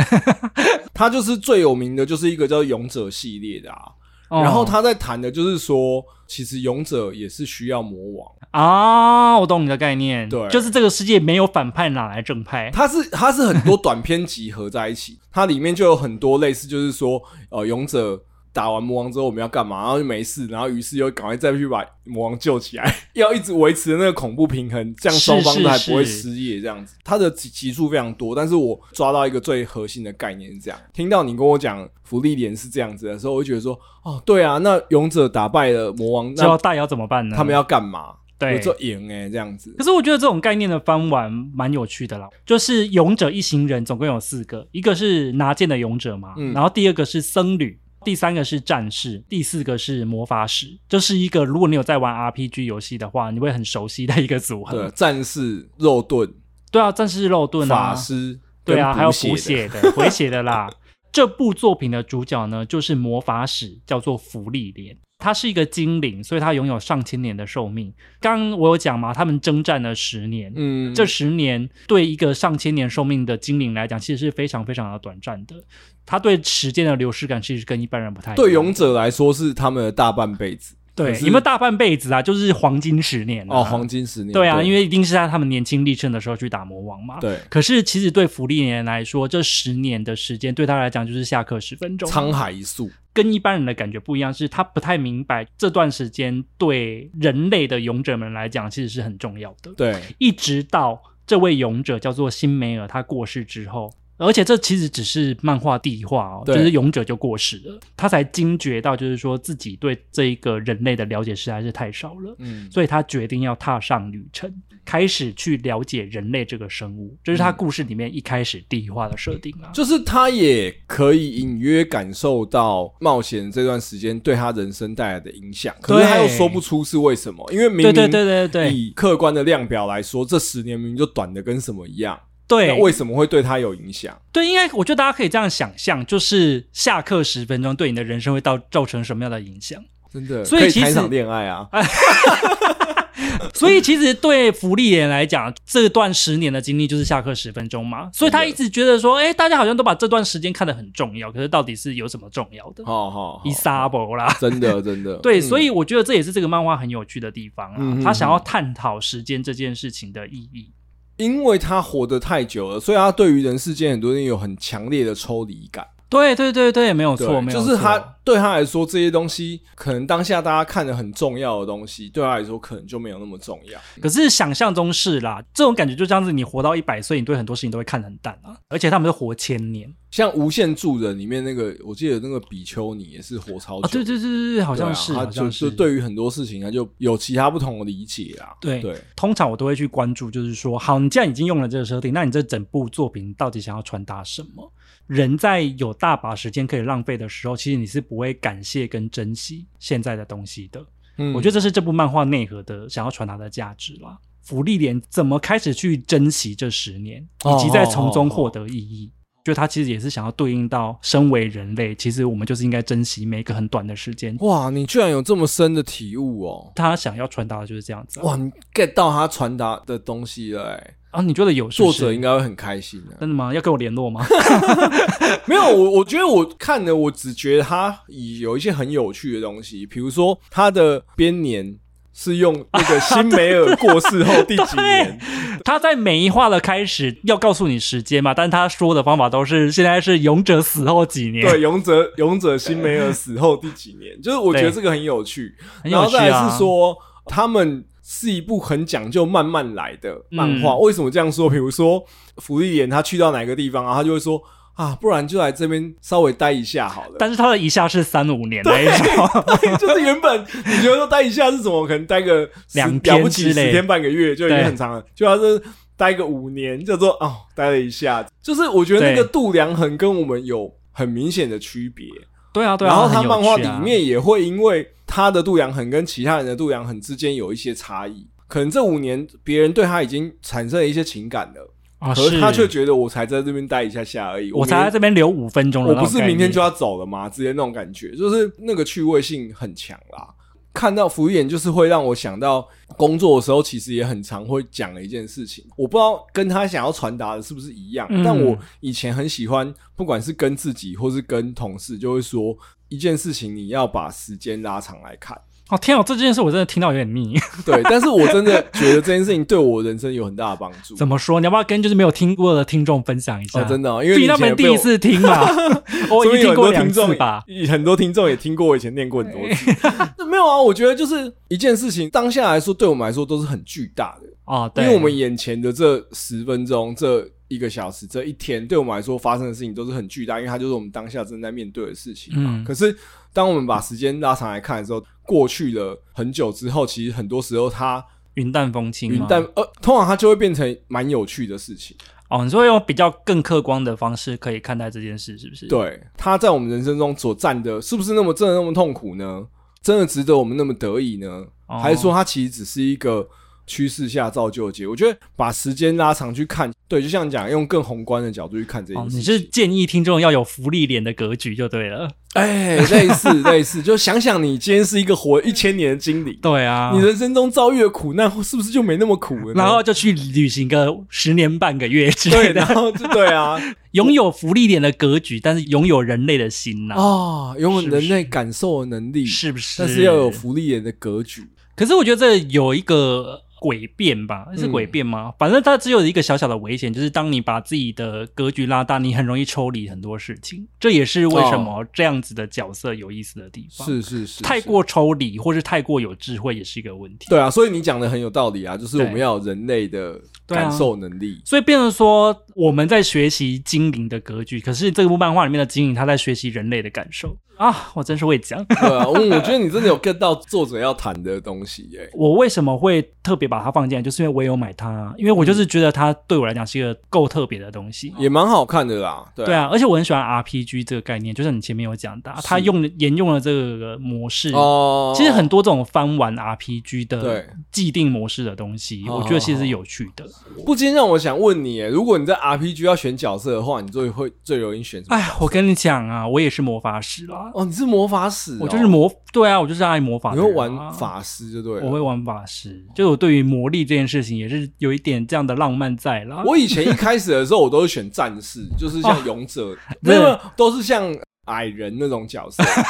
S2: 他就是最有名的就是一个叫《勇者》系列的啊。
S1: 哦、
S2: 然后他在谈的就是说，其实勇者也是需要魔王。
S1: 啊，我懂你的概念，
S2: 对
S1: 就是这个世界没有反派哪来正派？
S2: 它是它是很多短篇集合在一起，它里面就有很多类似，就是说，呃，勇者打完魔王之后我们要干嘛，然后就没事，然后于是又赶快再去把魔王救起来，要一直维持那个恐怖平衡，这样
S1: 是
S2: 双方
S1: 是
S2: 都还不会
S1: 是
S2: 失业这样子。它的集集数非常多，但是我抓到一个最核心的概念是这样。听到你跟我讲福利连是这样子的时候，我就觉得说，哦，对啊，那勇者打败了魔王，
S1: 知道
S2: 那
S1: 大妖怎么办呢？
S2: 他们要干嘛？
S1: 对
S2: 我就赢哎，这样子
S1: 可。是我觉得这种概念的翻玩蛮有趣的啦，就是勇者一行人总共有四个，一个是拿剑的勇者嘛，
S2: 嗯
S1: 然后第二个是僧侣，第三个是战士，第四个是魔法使，这、是一个如果你有在玩 RPG 游戏的话，你会很熟悉的一个组合。
S2: 对，战士肉盾、
S1: 对啊，战士肉盾啊
S2: 法，师，
S1: 对啊，还有补血
S2: 血的。
S1: 的、回血的啦。这部作品的主角呢，就是魔法使，叫做芙莉莲。他是一个精灵，所以他拥有上千年的寿命。刚刚我有讲嘛，他们征战了十年，
S2: 嗯，
S1: 这十年对一个上千年寿命的精灵来讲，其实是非常非常的短暂的。他对时间的流逝感其实跟一般人不太一样。
S2: 对勇者来说是他们的大半辈子，
S1: 对
S2: 可，是
S1: 有没有大半辈子啊？就是黄金十年啊
S2: 哦，黄金十年，
S1: 对啊，因
S2: 为
S1: 为一定是在他们年轻力盛的时候去打魔王嘛。。
S2: 对
S1: 可是其实对福利年来说，这十年的时间对他来讲就是下课十分钟，
S2: 沧海一粟，
S1: 跟一般人的感觉不一样，是他不太明白这段时间对人类的勇者们来讲其实是很重要的。
S2: 对
S1: 一直到这位勇者叫做辛梅尔他过世之后，而且这其实只是漫画第一话哦，就
S2: 对
S1: 是勇者就过世了，他才惊觉到就是说自己对这一个人类的了解实在是太少了。
S2: 嗯，
S1: 所以他决定要踏上旅程，开始去了解人类这个生物，这是他故事里面一开始第一话的设定啊。
S2: 就是他也可以隐约感受到冒险这段时间对他人生带来的影响，可是
S1: 对
S2: 他又说不出是为什么，因为明明
S1: 对对对对对
S2: 以客观的量表来说，这十年明明就短的跟什么一样，那
S1: 对，
S2: 为什么会对他有影响？
S1: 对，应该我觉得大家可以这样想象，就是下课十分钟对你的人生会到造成什么样的影响。
S2: 真的，
S1: 所以
S2: 可以
S1: 其实哎
S2: 谈一场恋爱啊，呃
S1: 所以其实对福利人来讲，这段十年的经历就是下课十分钟嘛，所以他一直觉得说，哎，大家好像都把这段时间看得很重要，可是到底是有什么重要的？
S2: 好好，好
S1: 伊莎博啦，
S2: 真的真的，
S1: 对，
S2: 嗯
S1: 所以我觉得这也是这个漫画很有趣的地方
S2: 嗯
S1: 啊
S2: 哼，
S1: 他想要探讨时间这件事情的意义。
S2: 因为他活得太久了，所以他对于人世间很多东西有很强烈的抽离感。
S1: 对对对对，没有
S2: 对
S1: 错，没有
S2: 就
S1: 错，
S2: 是他对他来说，这些东西可能当下大家看的很重要的东西，对他来说可能就没有那么重要。
S1: 可是想象中是啦，这种感觉就像是你活到一百岁，你对很多事情都会看得很淡啊。而且他们是活千年
S2: 像《无限住人》里面那个，我记得那个比丘尼也是活超久、
S1: 啊，对对对对对，好
S2: 对啊，
S1: 像是，
S2: 他
S1: 好
S2: 就
S1: 像。
S2: 就是对于很多事情，他就有其他不同的理解啦。
S1: 对
S2: 对，
S1: 通常我都会去关注，就是说，好，你既然已经用了这个设定，那你这整部作品到底想要传达什么？人在有大把时间可以浪费的时候，其实你是不会感谢跟珍惜现在的东西的。
S2: 嗯
S1: 我觉得
S2: 得
S1: 这是这部漫画内核的想要传达的价值啦。福利莲怎么开始去珍惜这十年，
S2: 哦
S1: 以及在从中获得意义？就他其实也是想要对应到，身为人类，其实我们就是应该珍惜每一个很短的时间。
S2: 哇，你居然有这么深的体悟哦！
S1: 他想要传达的就是这样子、啊。
S2: 哇，你 get 到他传达的东西了、欸，
S1: 啊，你觉得有是不
S2: 作
S1: 是
S2: 者应该会很开心的、
S1: 真的吗？要跟我联络吗？
S2: 没有，我我觉得我看的，我只觉得他以有一些很有趣的东西，比如说他的编年是用那个辛梅尔过世后第 几年，
S1: 他在每一话的开始要告诉你时间嘛，但他说的方法都是现在是勇者死后几年，
S2: 对，勇者勇者辛梅尔死后第几年，就是我觉得这个很有趣。
S1: 很
S2: 然
S1: 有
S2: 后
S1: 趣
S2: 再
S1: 啊。
S2: 来是说，他们是一部很讲究慢慢来的漫画。
S1: 嗯
S2: 为什么这样说？比如说福利莲他去到哪个地方啊，他就会说啊，不然就来这边稍微待一下好了。
S1: 但是他的一下是三五年那一 种。
S2: 就是原本你觉得说待一下是什么，可能待个十
S1: 两天
S2: 了不起
S1: 之类
S2: 十天半个月就已经
S1: 对
S2: 很长了，就要是待个五年，叫做哦待了一下，就是我觉得那个
S1: 对
S2: 度量衡跟我们有很明显的区别。
S1: 对啊，对啊。
S2: 然后他
S1: 很有
S2: 漫画
S1: 趣
S2: 里
S1: 啊
S2: 面也会因为他的度量衡跟其他人的度量衡之间有一些差异，可能这五年别人对他已经产生了一些情感了，
S1: 啊，
S2: 可是
S1: 是
S2: 他却觉得我才在这边待一下下而已，
S1: 我
S2: 明
S1: 才在这边留五分钟了，
S2: 我不是明天就
S1: 要
S2: 要走了吗？直接那种感觉，就是那个趣味性很强啦。看到福眼就是会让我想到工作的时候，其实也很常会讲的一件事情。我不知道跟他想要传达的是不是一样，
S1: 嗯
S2: 但我以前很喜欢，不管是跟自己或是跟同事，就会说一件事情，你要把时间拉长来看。
S1: 哦天哦，这件事我真的听到有点腻。
S2: 对，但是我真的觉得这件事情对我人生有很大的帮 助。
S1: 怎么啊说？你要不要跟就是没有听过的听众分享一下？
S2: 哦，真
S1: 的，
S2: 的哦、因为
S1: 毕竟
S2: 你
S1: 他
S2: 以前
S1: 们
S2: 也
S1: 第
S2: 被我
S1: 一次听 嘛， 哦我已
S2: 所
S1: 经
S2: 以很
S1: 听过
S2: 多
S1: 两
S2: 听众
S1: 次
S2: 也
S1: 吧。，
S2: 很多听众也听过我以前念过很多 次。没有啊，我觉得就是一件事情，当下来说，对我们来说都是很巨大的，
S1: 哦，对，
S2: 因为我们眼前的这十分钟、这一个小时、这一天，对我们来说发生的事情都是很巨大，因为它就是我们当下正在面对的事情嘛。
S1: 嗯
S2: 可是，当我们把时间拉长来看的时候，过去了很久之后，其实很多时候它
S1: 云淡风轻嘛，
S2: 云淡，呃，通常它就会变成蛮有趣的事情。
S1: 哦，你说用比较更客观的方式可以看待这件事，是不是？，
S2: 对，他在我们人生中所占的，是不是那么真的那么痛苦呢？真的值得我们那么得意呢？
S1: 哦
S2: 还是说它其实只是一个趋势下造就的结果？我觉得把时间拉长去看，对，就像你讲用更宏观的角度去看这
S1: 哦
S2: 件，事
S1: 你是
S2: 情。
S1: 建议听众要有福利脸的格局就对了。
S2: 哎、类 似类似，就想想你今天是一个活一千年的精灵，
S1: 对啊，
S2: 你人生中遭遇的苦难是不是就没那么苦了 呢？
S1: 然后就去旅行个十年半个月之类
S2: 对，然
S1: 的，
S2: 后就对啊，
S1: 拥有福利点的格局，但是拥有人类的心呐、
S2: 啊，拥
S1: 是
S2: 有
S1: 不
S2: 人
S1: 是
S2: 类感受的能力，
S1: 是不是？
S2: 但是要有福利人的格局。
S1: 可是我觉得这有一个诡辩吧，
S2: 嗯
S1: 是诡辩吗？反正它只有一个小小的危险，就是当你把自己的格局拉大，你很容易抽离很多事情。这也是为什么这样子的角色有意思的地方。
S2: 是是是，
S1: 太
S2: 是
S1: 过抽离，或是太过有智慧，也是一个问题。
S2: 对啊，所以你讲的很有道理啊，就是我们
S1: 对
S2: 要有人类的
S1: 对啊
S2: 感受能力。
S1: 所以变成说，我们在学习精灵的格局，可是这部漫画里面的精灵，他在学习人类的感受啊！我真是会讲。
S2: 对啊， 嗯我觉得你真的有 get 到作者要谈的东西耶、
S1: 我为什么会特别把它放进来，就是因为我有买它，因为我就是觉得它对我来讲是一个够特别的东西。
S2: 也蛮好看的啦。对
S1: 对
S2: 啊，
S1: 啊，而且我很喜欢 RPG 这个概念，就是你前面有讲的啊，
S2: 是
S1: 它用沿用了这个模式。
S2: 哦，
S1: 啊其实很多这种翻玩 RPG 的
S2: 对
S1: 既定模式的东西，
S2: 哦
S1: 我觉得其实是有趣的。
S2: 不禁让我想问你耶，如果你在 RPG 要选角色的话，你最会最容易选什么？
S1: 哎，我跟你讲啊，我也是魔法师啦，
S2: 哦，你是魔法使哦、
S1: 我就是魔，对啊，我就是爱魔法、
S2: 你会玩？法师就对了。
S1: 我会玩法师，就我对于魔力这件事情也是有一点这样的浪漫在啦。
S2: 我以前一开始的时候，我都是选战 士，就是
S1: 哦
S2: 像勇者，没有，没有都是像矮人那种角色，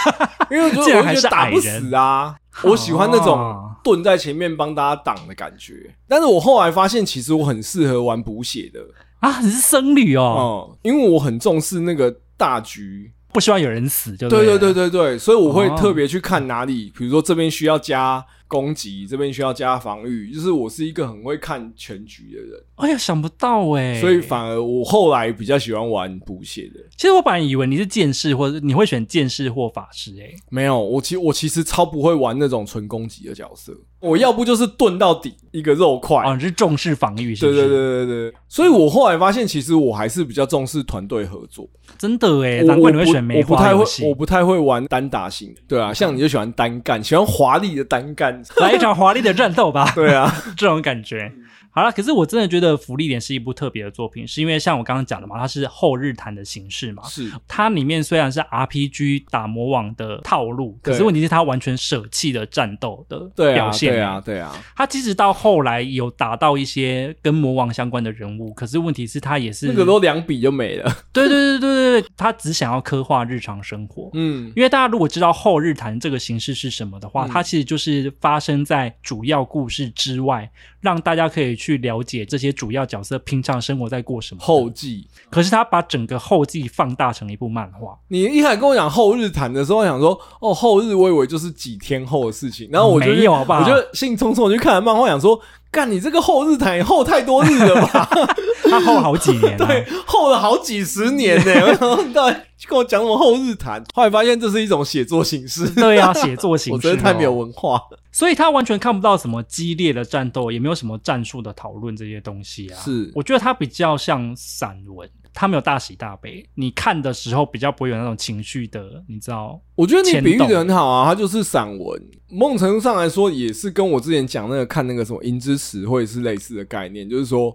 S2: 因为我就
S1: 竟
S2: 我就
S1: 然
S2: 觉
S1: 还是
S2: 得打
S1: 矮
S2: 不
S1: 人
S2: 死啊。我喜欢那种
S1: 哦
S2: 盾在前面帮大家挡的感觉，但是我后来发现，其实我很适合玩补血的
S1: 啊，你是僧侣哦，
S2: 哦、因为我很重视那个大局。
S1: 不希望有人死就
S2: 对
S1: 对哦
S2: 对
S1: 了
S2: 对对对，所以我会
S1: 哦
S2: 特别去看哪里，比如说这边需要加攻击，这边需要加防御，就是我是一个很会看全局的人。
S1: 哎呀，想不到哎、
S2: 所以反而我后来比较喜欢玩补血的。
S1: 其实我本来以为你是剑士，或者你会选剑士或法师、欸，
S2: 没有，我其我其实超不会玩那种纯攻击的角色，我要不就是盾到底一个肉块。
S1: 哦，你是重视防御，是
S2: 对
S1: 不是？
S2: 对对对对，所以我后来发现，其实我还是比较重视团队合作。
S1: 真的哎、
S2: 我
S1: 难怪你
S2: 我
S1: 会
S2: 不
S1: 选梅
S2: 我不
S1: 花
S2: 太
S1: 游
S2: 会，
S1: 戏嗯
S2: 我。不太会玩单打型的。对啊，像你就喜欢单干，喜欢华丽的单干。
S1: 来一场华丽的战斗吧，
S2: 对啊，
S1: 这种感觉。
S2: 嗯
S1: 好了，可是我真的觉得《福利点》是一部特别的作品，是因为像我刚刚讲的嘛，它是后日谈的形式嘛，
S2: 是
S1: 它里面虽然是 RPG 打魔王的套路，可
S2: 对
S1: 是问题是它完全舍弃了战斗的
S2: 对
S1: 表
S2: 啊，
S1: 现。欸
S2: 对啊，对啊，
S1: 它即使到后来有打到一些跟魔王相关的人物，可是问题是它也是
S2: 那个都两笔就没了。
S1: 对对对对对对，他只想要刻画日常生活。
S2: 嗯，
S1: 因为大家如果知道后日谈这个形式是什么的话，
S2: 嗯
S1: 它其实就是发生在主要故事之外，让大家可以去了解这些主要角色平常生活在过什么。
S2: 后，继。
S1: 可是他把整个后记放大成一部漫画，
S2: 你一开始跟我讲后日谈的时候，我想说哦，后日我以为就是几天后的事情，然后我就去
S1: 没有好不好
S2: 我就兴冲冲地去看了漫画，想说，干你这个后日谈也后太多日了 吧？
S1: 他后好几年、啊。
S2: 对，后了好几十年 呢、我想说你到底跟我讲什么后日谈？后来发现这是一种写作形式，
S1: 对啊，写作形式、
S2: 我真的太没有，文化了。
S1: 所以他完全看不到什么激烈的战斗，也没有什么战术的讨论这些东西啊。
S2: 是
S1: 我觉得它比较像散文，它没有大喜大悲。你看的时候比较不会有那种情绪的，你知道？
S2: 我觉得你比喻
S1: 牵
S2: 的
S1: 动
S2: 很好啊，它就是散文，某种程度上来说也是跟我之前讲那个看那个什么《银之匙》会是类似的概念，就是说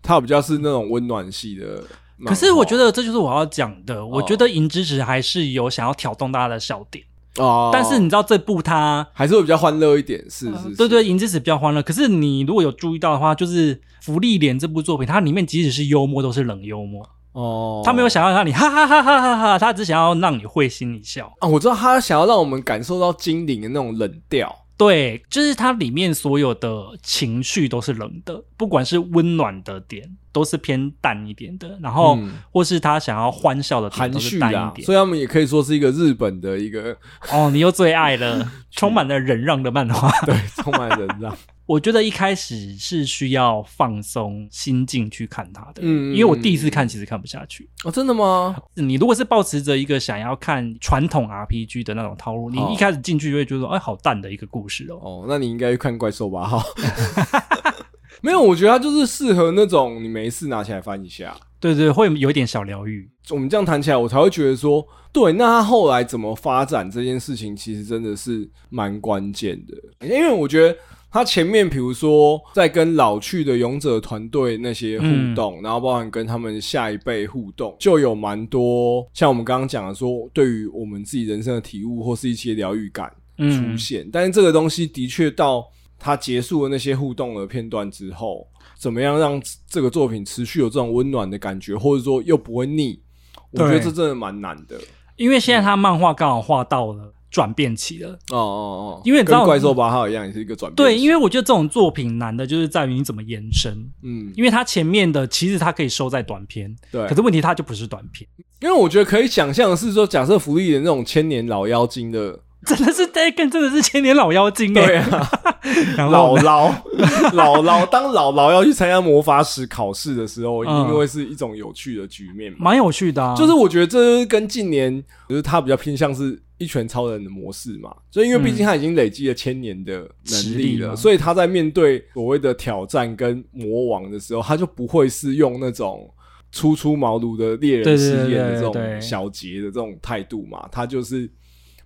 S2: 它比较是那种温暖系的漫画。
S1: 可是我觉得这就是我要讲的。我觉得《银之匙》还是有想要挑动大家的笑点，
S2: 哦，
S1: 但是你知道这部它。
S2: 还是会比较欢乐一点，是是是，
S1: 对对，《银之匙》比较欢乐。可是你如果有注意到的话，就是《福利莲》这部作品，它里面即使是幽默，都是冷幽默。
S2: 哦，
S1: 它没有想要让你哈哈哈哈哈哈，它只想要让你会心一笑。
S2: 啊，我知道他想要让我们感受到精灵的那种冷调，
S1: 对，就是它里面所有的情绪都是冷的，不管是温暖的点，都是偏淡一点的，然后、
S2: 嗯
S1: 或是他想要欢笑的点
S2: 含
S1: 都是
S2: 蓄
S1: 淡
S2: 啦
S1: 一，点
S2: 所。以他们也可以说是一个日本的一个
S1: 哦，你又最爱 了，充满了忍让的漫画。
S2: 对充满人浪，
S1: 我觉得一开始是需要放松心境去看它的，
S2: 嗯
S1: 因为我第一次看其实看不下去。
S2: 哦，真的吗？
S1: 你如果是抱持着一个想要看传统 RPG 的那种套路，你
S2: 哦
S1: 一开始进去就会觉得说，哎，好淡的一个故事哦。
S2: 哦，那你应该去看怪兽吧，哈， 没有，我觉得它就是适合那种你没事拿起来翻一下。
S1: 对对，会有一点小疗愈。
S2: 我们这样谈起来，我才会觉得说，对，那他后来怎么发展这件事情，其实真的是蛮关键的。因为我觉得他前面，比如说在跟老去的勇者团队那些互动，然后包含跟他们下一辈互动，就有蛮多像我们刚刚讲的说，对于我们自己人生的体悟或是一些疗愈感出
S1: 嗯，
S2: 现。但是这个东西的确到他结束了那些互动的片段之后，怎么样让这个作品持续有这种温暖的感觉，或者说又不会腻？我觉得
S1: 对
S2: 这真的蛮难的。
S1: 因为现在他漫画刚好画到了转变期了。
S2: 哦哦哦，
S1: 因为你知
S2: 跟
S1: 道
S2: 怪兽八号一样，也是一个转变。
S1: 对，因
S2: 为
S1: 为我觉得这种作品难的就是在于你怎么延伸，
S2: 嗯，
S1: 因为它前面的其实它可以收在短篇，
S2: 对
S1: 可，是问题它就不是短篇，
S2: 因为我觉得可以想象的是说，假设福利的那种千年老妖精的，
S1: 真的是 d 根真的是千年老妖精哎、
S2: 对啊，
S1: 然
S2: 姥
S1: 后呢
S2: 姥姥姥，当姥姥要去参加魔法史考试的时候，一定
S1: 嗯
S2: 会是一种有趣的局面嘛。
S1: 蛮有趣的、啊，
S2: 就是我觉得这跟近年就是他比较偏向是一拳超人的模式嘛，所以因为毕竟他已经累积了千年的能力
S1: 嗯实力
S2: 了，
S1: 嘛
S2: 所以他在面对所谓的挑战跟魔王的时候，他就不会是用那种初出茅庐的猎人
S1: 对对
S2: 试验的
S1: 对
S2: 这
S1: 对对
S2: 种小节的这种态度嘛，他就是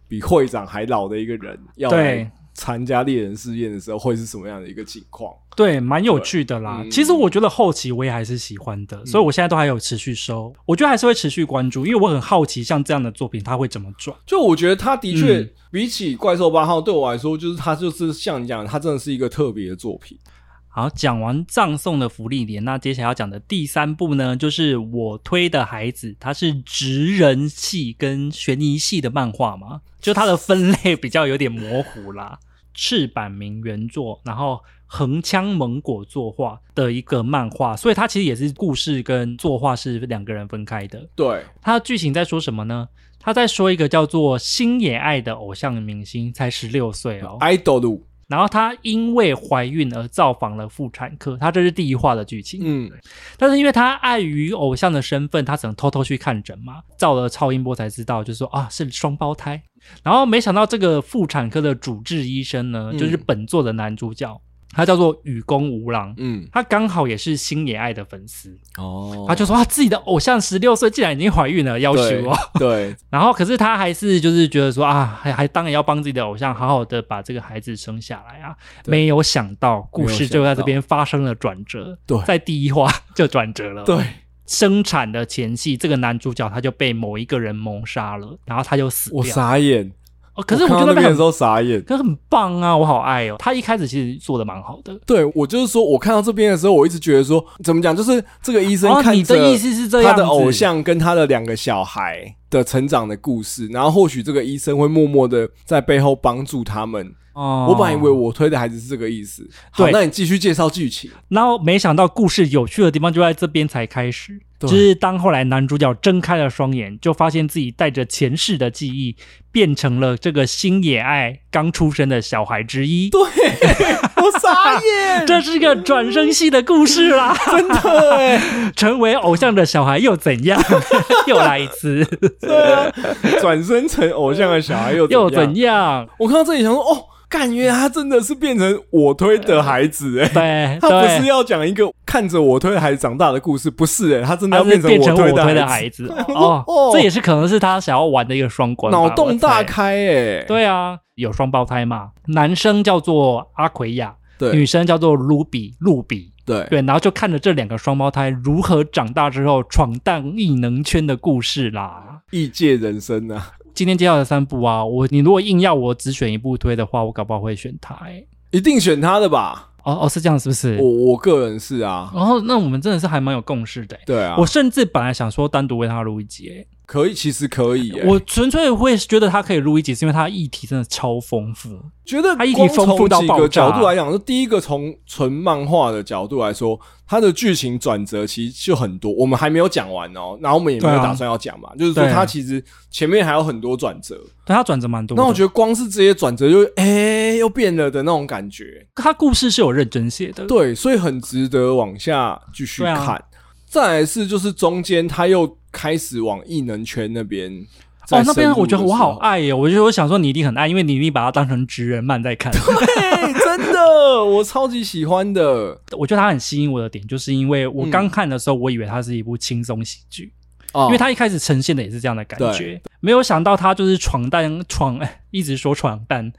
S2: 比会长还老的一个人要
S1: 对
S2: 来参加猎人试验的时候，会是什么样的一个情况？
S1: 对，蛮有趣的啦。
S2: 对嗯
S1: 其实我觉得后期我也还是喜欢的，所以我现在都还有持续收，我觉得还是会持续关注，因为我很好奇像这样的作品它会怎么转。
S2: 就我觉得他的确、
S1: 嗯
S2: 比起怪兽八号，对我来说，就是他就是像你讲的，他真的是一个特别的作品。
S1: 好，讲完葬送的福利莲，那接下来要讲的第三部呢，就是我推的孩子，它是职人系跟悬疑系的漫画嘛，就它的分类比较有点模糊啦。赤坂明原作，然后横枪蒙果作画的一个漫画，所以它其实也是故事跟作画是两个人分开的。
S2: 对，
S1: 它的剧情在说什么呢？他在说一个叫做星野爱的偶像明星，才十六岁哦，
S2: idol，
S1: 然后她因为怀孕而造访了妇产科，她这是第一话的剧情。
S2: 嗯，
S1: 但是因为她碍于偶像的身份，她只能偷偷去看诊嘛。照了超音波才知道，就是说啊是双胞胎。然后没想到这个妇产科的主治医生呢，
S2: 嗯
S1: 就是本作的男主角，他叫做雨宫吾郎。
S2: 嗯，
S1: 他刚好也是星野爱的粉丝，
S2: 哦
S1: 他就说啊自己的偶像十六岁竟然已经怀孕了，要求
S2: 对
S1: 哦。
S2: 对，
S1: 然后，可是他还是就是觉得说啊，还还当然要帮自己的偶像好好的把这个孩子生下来啊。
S2: 对
S1: 没有想到故事就在这边发生了转折，
S2: 没有想到对
S1: 在第一话就转折了。，
S2: 对，
S1: 生产的前夕，这个男主角他就被某一个人谋杀了，然后他就死
S2: 我
S1: 掉。
S2: 傻眼。
S1: 哦，可是我
S2: 看
S1: 觉
S2: 到
S1: 得
S2: 那边的
S1: 很
S2: 时，候傻眼。
S1: 可是很棒啊，我好爱哦。他一开始其实做的蛮好的。
S2: 对我就是说，我看到这边的时候，我一直觉得说，怎么讲，就是这个医生
S1: 哦，
S2: 看
S1: 你
S2: 着
S1: 的意思是这样
S2: 他
S1: 子？
S2: 的偶像跟他的两个小孩的成长的故事，然后或许这个医生会默默的在背后帮助他们。
S1: 哦，
S2: 我本来以为我推的孩子是这个意思。好，
S1: 对
S2: 那你继续介绍剧情。
S1: 然后没想到故事有趣的地方就在这边才开始，
S2: 对
S1: 就是当后来男主角睁开了双眼，就发现自己带着前世的记忆，变成了这个星野爱刚出生的小孩之一。
S2: 对，我傻 眼，
S1: 这是一个转生系的故事 啦，
S2: 真的哎、
S1: 欸成为偶像的小孩又怎 样？又来一次，
S2: 对啊，转身成偶像的小孩又
S1: 又
S2: 怎样
S1: 怎？样？
S2: 我看到这里想说，哦，感觉他真的是变成我推的孩子哎、
S1: 对，
S2: 他不是
S1: 对，
S2: 要讲一个看着我推的孩子长大的故事，不是哎、他真的
S1: 他
S2: 要
S1: 是
S2: 变成
S1: 变成我
S2: 推
S1: 推
S2: 的
S1: 的
S2: 孩
S1: 孩
S2: 子，
S1: 子
S2: 哦
S1: 哦，这也是可能是他想要玩的一个双关吧，
S2: 脑洞大
S1: 我猜
S2: 开哎、
S1: 对啊，有双胞胎嘛，男生叫做阿奎亚，女
S2: 对哎
S1: 生叫做卢比露比。
S2: 对
S1: 对，然后就看着这两个双胞胎如何长大之后闯荡异能圈的故事啦。
S2: 异界人生啊，
S1: 今天介绍的三部啊，我你如果硬要我只选一部推的话，我搞不好会选它、欸。
S2: 一定选他的吧？
S1: 哦哦，是这样是不是
S2: 我？我个人是啊，
S1: 然后那我们真的是还蛮有共识的欸、
S2: 对啊，
S1: 我甚至本来想说单独为他录一集欸、
S2: 可以，其实可以、欸，
S1: 我纯粹会觉得他可以录一集，是因为他议题真的超丰富。
S2: 觉得
S1: 它议题
S2: 光
S1: 丰富
S2: 从
S1: 到
S2: 几
S1: 爆
S2: 个角
S1: 炸
S2: 度来讲，就第一个从纯漫画的角度来说，它的剧情转折其实就很多，我们还没有讲完哦，然后我们也没有
S1: 对啊
S2: 打算要讲嘛，就是说
S1: 对
S2: 它其实前面还有很多转折，
S1: 对他转折蛮多的。
S2: 那我觉得光是这些转折就哎、又变了的那种感觉，
S1: 得他故事是有认真写的。
S2: 对，所以很值得往下继续
S1: 对啊
S2: 看。再来是就是中间他又开始往异能圈那边
S1: 哦
S2: 在，
S1: 那边我觉得我好
S2: 爱，
S1: 爱耶！我就我想说你一定很爱，因为你一定把它当成职人漫在 看。
S2: 对，哎真的，我超级喜欢的
S1: 我觉得它很吸引我的点，就是因为我
S2: 嗯
S1: 刚看的时候，我以为它是一部轻松喜剧，
S2: 哦
S1: 因为它一开始呈现的也是这样的感觉，没有想到它就是闯 荡闯，一直说闯 荡，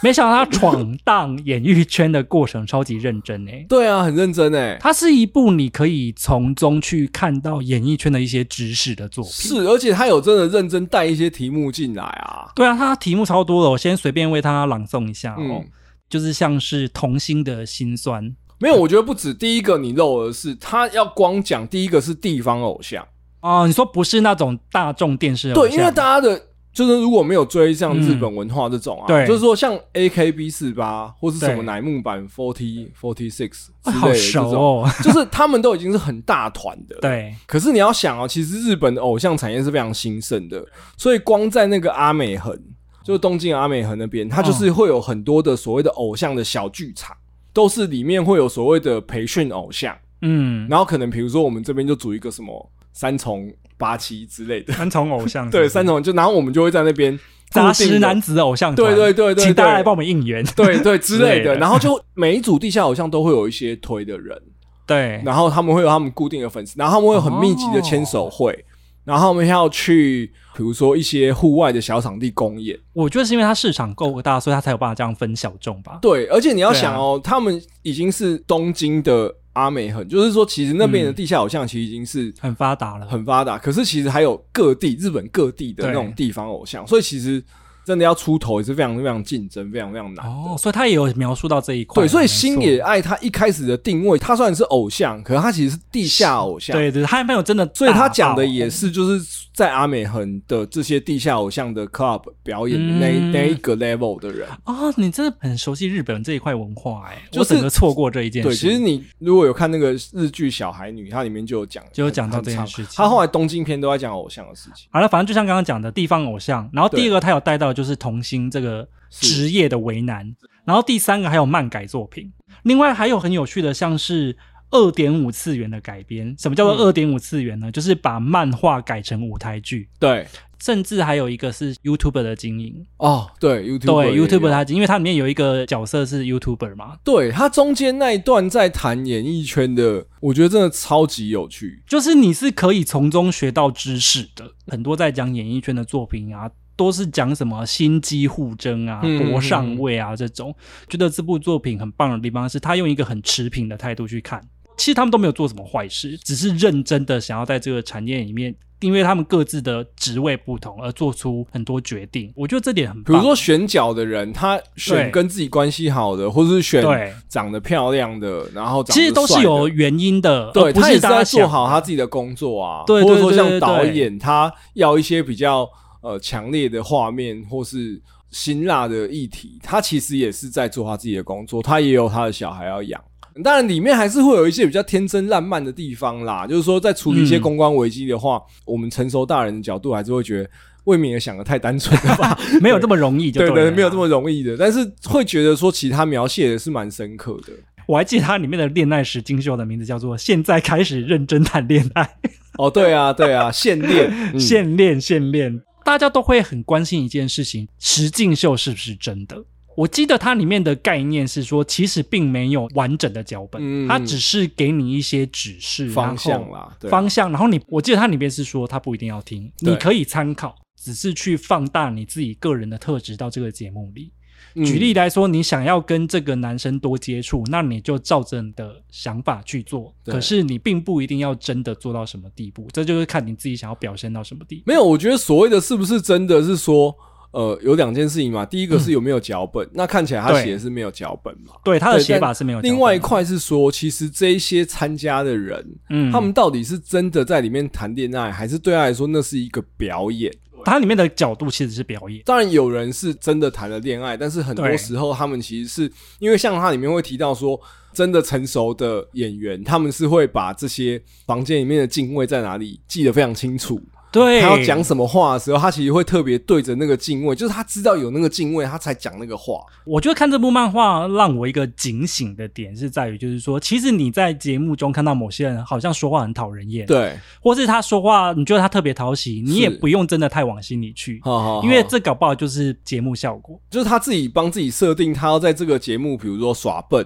S1: 没想到它闯荡演艺圈的过程超级认真诶。
S2: 对啊，很认真哎，
S1: 它是一部你可以从中去看到演艺圈的一些知识的作品。
S2: 是，而且他有真的认真带一些题目进来啊，
S1: 对啊，它题目超多的，我先随便为它朗诵一下哦，
S2: 嗯。
S1: 就是像是童星的辛酸，
S2: 没有，我觉得不止第一个你漏的是，他要光讲第一个是地方偶像，
S1: 哦，你说不是那种大众电视偶
S2: 对，
S1: 像
S2: 因为大家的就是如果没有追像日本文化这种
S1: 嗯
S2: 啊，
S1: 对
S2: 就是说像 A K B 四八或是什么
S1: 对
S2: 乃木坂 Forty Forty Six 之
S1: 啊
S2: 类
S1: 好
S2: 的这
S1: 熟
S2: 种，
S1: 哦，
S2: 就是他们都已经是很大团的，。
S1: 对，
S2: 可是你要想哦，其实日本的偶像产业是非常兴盛的，所以光在那个阿美横，
S1: 嗯
S2: 就是东京阿美横那边，它就是会有很多的所谓的偶像的小剧场，都是里面会有所谓的培训偶像。
S1: 嗯，
S2: 然后可能比如说我们这边就组一个什么三重八七之类的，
S1: 三重偶像，
S2: 对，三重就然后我们就会在那边
S1: 嗯杂
S2: 固定
S1: 食
S2: 的
S1: 男，子偶像团，
S2: 对对对对，
S1: 请大家来帮
S2: 报，
S1: 我们应援，
S2: 对对之
S1: 之
S2: 类
S1: 类 的
S2: 的，然后就每一组地下偶像都会有一些推的人，
S1: 对，
S2: 然后他们会有他们固定的粉丝，然后他们会有很密集的牵手会，
S1: 哦
S2: 然后他们要去比如说一些户外的小场地公演，
S1: 我觉得是因为它市场够大，所以它才有办法这样分小众吧，
S2: 对，而且你
S1: 啊
S2: 要想哦，他们已经是东京的阿美很，就是说其实那
S1: 嗯
S2: 边的地下偶像其实已经是
S1: 很发达了，
S2: 很发达，可是其实还有各地日本各地的那种
S1: 对
S2: 地方偶像，所以其实真的要出头也是非常非常竞争，非常非常难。
S1: 哦，所以它也有描述到这一块，
S2: 对，所以
S1: 没
S2: 星
S1: 错
S2: 野爱他一开始的定位，他虽然是偶像，可是他其实是地下偶像。，
S1: 对对，他没有真的大爆，
S2: 所以他讲的也是就是在阿美横的这些地下偶像的 club 表演的那、
S1: 嗯
S2: 那一个 level 的人。
S1: 哦，你真的很熟悉日本这一块文化哎、
S2: 就是
S1: 我整个错过这一件事。
S2: 对，其实你如果有看那个日剧《小孩女》，它里面就有讲，
S1: 就有讲到
S2: 很
S1: 这件
S2: 长
S1: 事情
S2: 他后来东京篇都在讲偶像的事情。
S1: 好了，反正就像刚刚讲的地方偶像，然后第二个他有带到就是童星这个职业的为难，然后第三个还有漫改作品，另外还有很有趣的像是。二点五次元的改编，什么叫
S2: 嗯
S1: 做二点五次元呢？就是把漫画改成舞台剧，
S2: 对，
S1: 甚至还有一个是 YouTuber 的经营。
S2: 哦，对，YouTube
S1: 对，YouTuber
S2: 他。
S1: 它因为它里面有一个角色是 YouTuber 嘛，
S2: 对他中间那一段在谈演艺圈的，我觉得真的超级有趣。
S1: 就是你是可以从中学到知识的。很多在讲演艺圈的作品啊，都是讲什么心机互争啊、
S2: 嗯
S1: 搏上位啊这种。觉得这部作品很棒的地方是，他用一个很持平的态度去看。其实他们都没有做什么坏事，只是认真的想要在这个产业里面，因为他们各自的职位不同而做出很多决定。我觉得这点很
S2: 比
S1: 棒。
S2: 如说选角的人，他选
S1: 对
S2: 跟自己关系好的，或者是选
S1: 对
S2: 长得漂亮的，然后长得
S1: 其实都
S2: 帅
S1: 是
S2: 的
S1: 有原因的，
S2: 对
S1: 而不
S2: 他也是
S1: 大家
S2: 在做
S1: 想
S2: 好他自己的工作啊。
S1: 对
S2: 或者
S1: 对
S2: 说
S1: 对
S2: 像
S1: 对
S2: 导
S1: 对
S2: 演，他要一些比较呃强烈的画面，或是辛辣的议题，他其实也是在做他自己的工作，他也有他的小孩要养。当然，里面还是会有一些比较天真烂漫的地方啦。就是说，在处理一些
S1: 嗯
S2: 公关危机的话，我们成熟大人的角度还是会觉得，未免也想的太单纯了吧？
S1: 没有这么容易就
S2: 对
S1: 对
S2: 对，
S1: 了
S2: 没有这
S1: 啦
S2: 么容易的。但是会觉得说，其实他描写的是蛮深刻的。
S1: 我还记得它里面的恋爱时金秀的名字叫做“现在开始认真谈恋爱
S2: 哦，对啊，对啊， 限恋，”，嗯
S1: 现恋现恋，大家都会很关心一件事情：石敬秀是不是真的？我记得它里面的概念是说，其实并没有完整的脚本，
S2: 嗯
S1: 它只是给你一些指示
S2: 方向。
S1: 然后
S2: 啦，对
S1: 方向，然后你，我记得它里面是说，它不一定要听，
S2: 对
S1: 你可以参考，只是去放大你自己个人的特质到这个节目里。举
S2: 嗯
S1: 例来说，你想要跟这个男生多接触，那你就照着你的想法去做。
S2: 对
S1: 可是你并不一定要真的做到什么地步，这就是看你自己想要表现到什么地步。
S2: 没有，我觉得所谓的是不是真的是说，呃，有两件事情嘛。第一个是有没有脚本，那看起来他
S1: 嗯对
S2: 写的是没有脚本嘛。
S1: 对他的
S2: 对
S1: 写法
S2: 但
S1: 是没有。
S2: 另外一，块是说，其实这一些参加的人，
S1: 嗯，
S2: 他们到底是真的在里面谈恋爱，还是对他来说那是一个表演？
S1: 它里面的角度其实是表演，
S2: 当然有人是真的谈了恋爱，但是很多
S1: 对
S2: 时候他们其实是因为像它里面会提到说，真的成熟的演员，他们是会把这些房间里面的敬畏在哪里记得非常清楚，
S1: 对，
S2: 他要讲什么话的时候，他其实会特别对着那个敬畏，就是他知道有那个敬畏，他才讲那个话。
S1: 我觉得看这部漫画让我一个警醒的点是在于，就是说，其实你在节目中看到某些人好像说话很讨人厌，，
S2: 对，
S1: 或是他说话你觉得他特别讨喜，你也
S2: 是哦
S1: 不用真的太往心里去，
S2: 好好好
S1: 因为这搞不好就是节目效果。
S2: 就是他自己帮自己设定，他要在这个节目，比如说耍笨，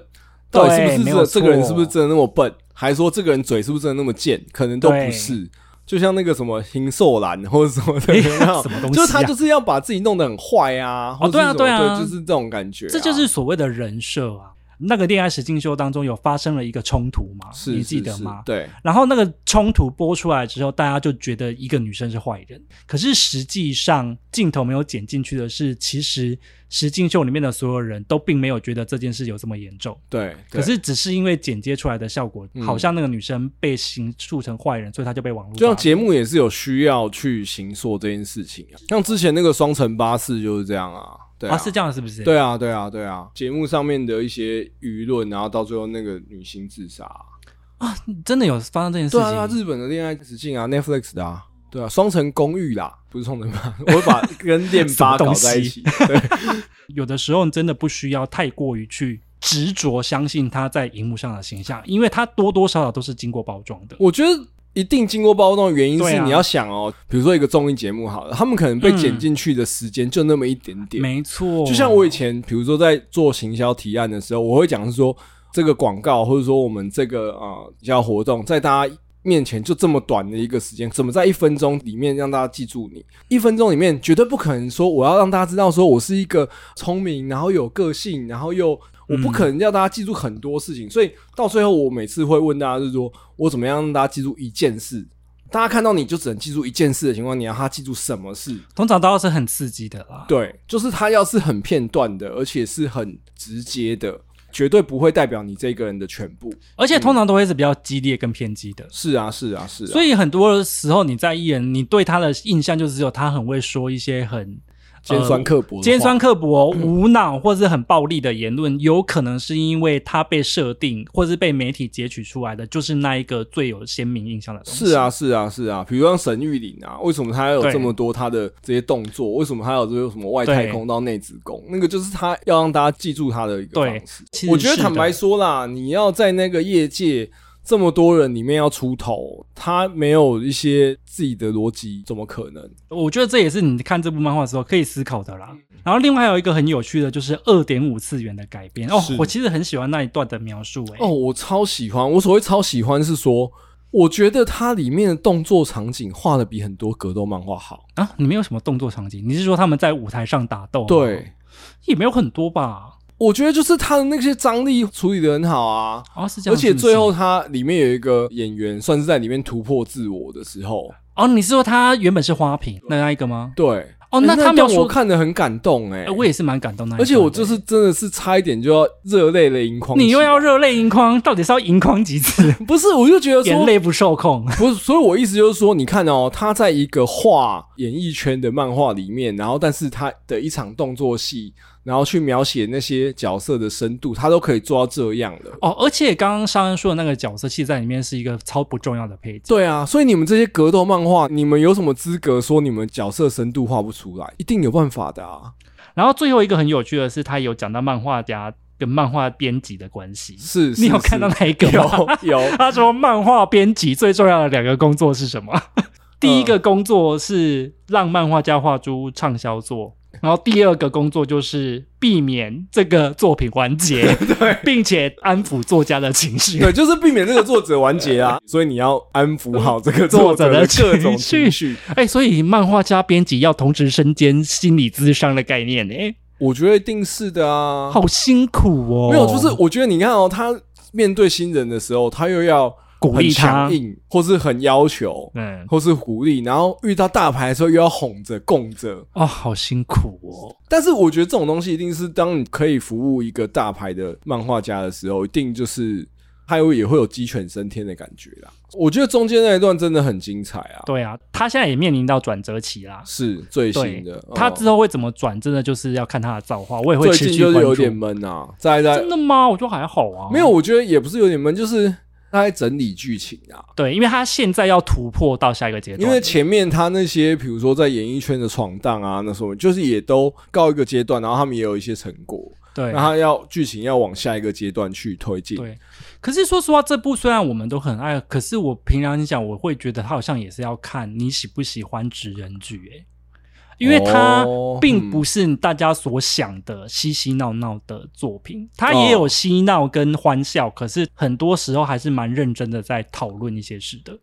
S2: 到底是不是
S1: 没
S2: 这
S1: 有
S2: 这
S1: 错
S2: 个人是不是真的那么笨，还是说这个人嘴是不是真的那么贱，可能都不
S1: 对
S2: 是。就像那个什么邢寿兰或者什 么的，有没有
S1: 什么东西啊
S2: 就是他就是要把自己弄得很坏啊，或
S1: 哦
S2: 者
S1: 对
S2: 是
S1: 啊
S2: 什么
S1: 对啊
S2: 就是这种感觉啊、
S1: 这就是所谓的人设啊。那个恋爱实境秀当中有发生了一个冲突嘛？
S2: 是
S1: 你
S2: 是
S1: 记得
S2: 是
S1: 吗？
S2: 对，
S1: 然后那个冲突播出来之后，大家就觉得一个女生是坏人，可是实际上镜头没有剪进去的是，其实实境秀里面的所有人都并没有觉得这件事有这么严重，
S2: 对，
S1: 可
S2: 对
S1: 是只是因为剪接出来的效果，
S2: 嗯
S1: 好像那个女生被形塑成坏人，所以她就被网络
S2: 就像
S1: 霸凌
S2: 节目也是有需要去行塑这件事情啊，像之前那个双层巴士就是这样啊，对
S1: 啊是这样是不是？
S2: 对啊，对啊，对啊，节目上面的一些舆论，然后到最后那个女星自杀、
S1: 啊，真的有发生这件事
S2: 对
S1: 情。
S2: 啊，对啊，日本的恋爱实境啊，Netflix 的啊，对啊，双层公寓啦，不是双层吧？ 我会把跟恋
S1: 什
S2: 八
S1: 么东
S2: 搞在一
S1: 西
S2: 起，对，
S1: 有的时候真的不需要太过于去执着相信他在荧幕上的形象，因为他多多少少都是经过包装的。
S2: 我觉得一定经过包装的原因
S1: 对
S2: 是
S1: 啊
S2: 你要想哦，比如说一个综艺节目好了，他们可能被剪
S1: 嗯
S2: 进去的时间就那么一点点，
S1: 没错，
S2: 就像我以前，比如说在做行销提案的时候，我会讲是说这个广告或者说我们这个呃比较活动，在大家面前就这么短的一个时间，怎么在一分钟里面让大家记住你？一分钟里面绝对不可能说我要让大家知道说我是一个聪明，然后有个性，然后又。我不可能要大家记住很多事情，所以到最后我每次会问大家，就是说我怎么样让大家记住一件事？大家看到你就只能记住一件事的情况，你要他记住什么事？
S1: 通常都是很刺激的啦。
S2: 对，就是他要是很片段的，而且是很直接的，绝对不会代表你这个人的全部。
S1: 而且通常都会是比较激烈跟偏激的。
S2: 嗯是啊，是啊，是啊。
S1: 所
S2: 以
S1: 以很多时候你在艺人，你对他的印象就只有他很会说一些很
S2: 尖酸刻薄的话、
S1: 呃尖酸刻薄、无脑或是很暴力的言论，有可能是因为他被设定或是被媒体截取出来的，就是那一个最有鲜明印象的东西。
S2: 是啊，是啊，是啊。比如像沈玉琳啊，为什么他有
S1: 对
S2: 这么多他的这些动作？为什么他有这个什么外太空到内子宫？那个就是他要让大家记住他的一个
S1: 对
S2: 方式。
S1: 其实
S2: 我觉得
S1: 是
S2: 坦
S1: 的
S2: 白说啦，你要在那个业界。这么多人里面要出头，他没有一些自己的逻辑，怎么可能？
S1: 我觉得这也是你看这部漫画的时候可以思考的
S2: 嗯
S1: 啦。然后另外还有一个很有趣的，就是二点五次元的改编哦
S2: 是，
S1: 我其实很喜欢那一段的描述、欸，
S2: 哦，我超喜欢。我所谓超喜欢是说，我觉得它里面的动作场景画的比很多格斗漫画好。
S1: 啊，你们有什么动作场景？你是说他们在舞台上打斗？，
S2: 对，
S1: 也没有很多吧？
S2: 我觉得就是它的那些张力处理的很好啊。
S1: 哦，是这
S2: 而
S1: 样。
S2: 且
S1: 是不是
S2: 最后，它里面有一个演员，算是在里面突破自我的时候，
S1: 哦，你是说他原本是花瓶那那一个吗？
S2: 对，
S1: 哦，
S2: 欸
S1: 那他
S2: 那
S1: 描
S2: 段
S1: 述
S2: 我看的很感动哎、
S1: 呃我也是蛮感动那一段的。
S2: 而且我就是真的是差一点就要热泪了盈眶起来。
S1: 你又要热泪盈眶，到底是要盈眶几次？
S2: 不是？我就觉得 说
S1: 眼泪不受控。
S2: 不是，所以我意思就是说，你看哦，他在一个画演艺圈的漫画里面，然后但是他的一场动作戏，然后去描写那些角色的深度，他都可以做到这样了。
S1: 哦，而且刚刚上恩说的那个角色，其实在里面是一个超不重要的配角。
S2: 对啊，所以你们这些格斗漫画，你们有什么资格说你们角色深度画不出来？一定有办法的啊！
S1: 然后最后一个很有趣的是，他有讲到漫画家跟漫画编辑的关系。
S2: 是，
S1: 你有
S2: 是
S1: 看到
S2: 是
S1: 那一个吗？
S2: 有 有
S1: 他说，漫画编辑最重要的两个工作是什 么？第一个工作是让漫画家画出畅销作，
S2: 嗯
S1: 然后第二个工作就是避免这个作品完结， 并且安抚作家的情绪。
S2: 对，就是避免这个作者完结啊，所以你要安抚好这个 作者的各种情
S1: 情
S2: 绪。
S1: 哎、所以漫画家编辑要同时身兼心理咨商的概念，哎、
S2: 我觉得一定是的啊，
S1: 好辛苦哦。
S2: 没有，就是我觉得你看哦，他面对新人的时候，他又要
S1: 鼓
S2: 很
S1: 励他
S2: 强，硬，或是很要求，
S1: 嗯，
S2: 或是鼓励，然后遇到大牌的时候又要哄着、供着。
S1: 哦，好辛苦哦。
S2: 但是我觉得这种东西一定是当你可以服务一个大牌的漫画家的时候，一定就是他有也会有鸡犬升天的感觉啦。我觉得中间那一段真的很精彩啊，
S1: 对啊，他现在也面临到转折期啦。
S2: 是最
S1: 对
S2: 新的。
S1: 他
S2: 嗯
S1: 之后会怎么转，真的就是要看他的造化。我也会
S2: 最
S1: 持
S2: 近
S1: 续
S2: 就是
S1: 关
S2: 有
S1: 注。
S2: 点闷啊，在在
S1: 真的吗？我觉得还好啊。
S2: 没有，，我觉得也不是有点闷，就是他在整理剧情啊，
S1: 对，因为他现在要突破到下一个阶段，
S2: 因为前面他那些比如说在演艺圈的闯荡啊，那什么就是也都告一个阶段，然后他们也有一些成果，
S1: 对
S2: 那他要剧情要往下一个阶段去推进。
S1: 对，可是说实话，这部虽然我们都很爱，可是我平常讲，我会觉得他好像也是要看你喜不喜欢职人剧、欸，因为它
S2: 哦
S1: 并不是大家所想的嬉嬉闹闹的作品，它也
S2: 哦
S1: 有嬉闹跟欢笑，可是很多时候还是蛮认真的在讨论一些事的。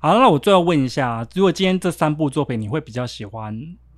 S1: 好，那我最后问一下，啊如果今天这三部作品，你会比较喜欢？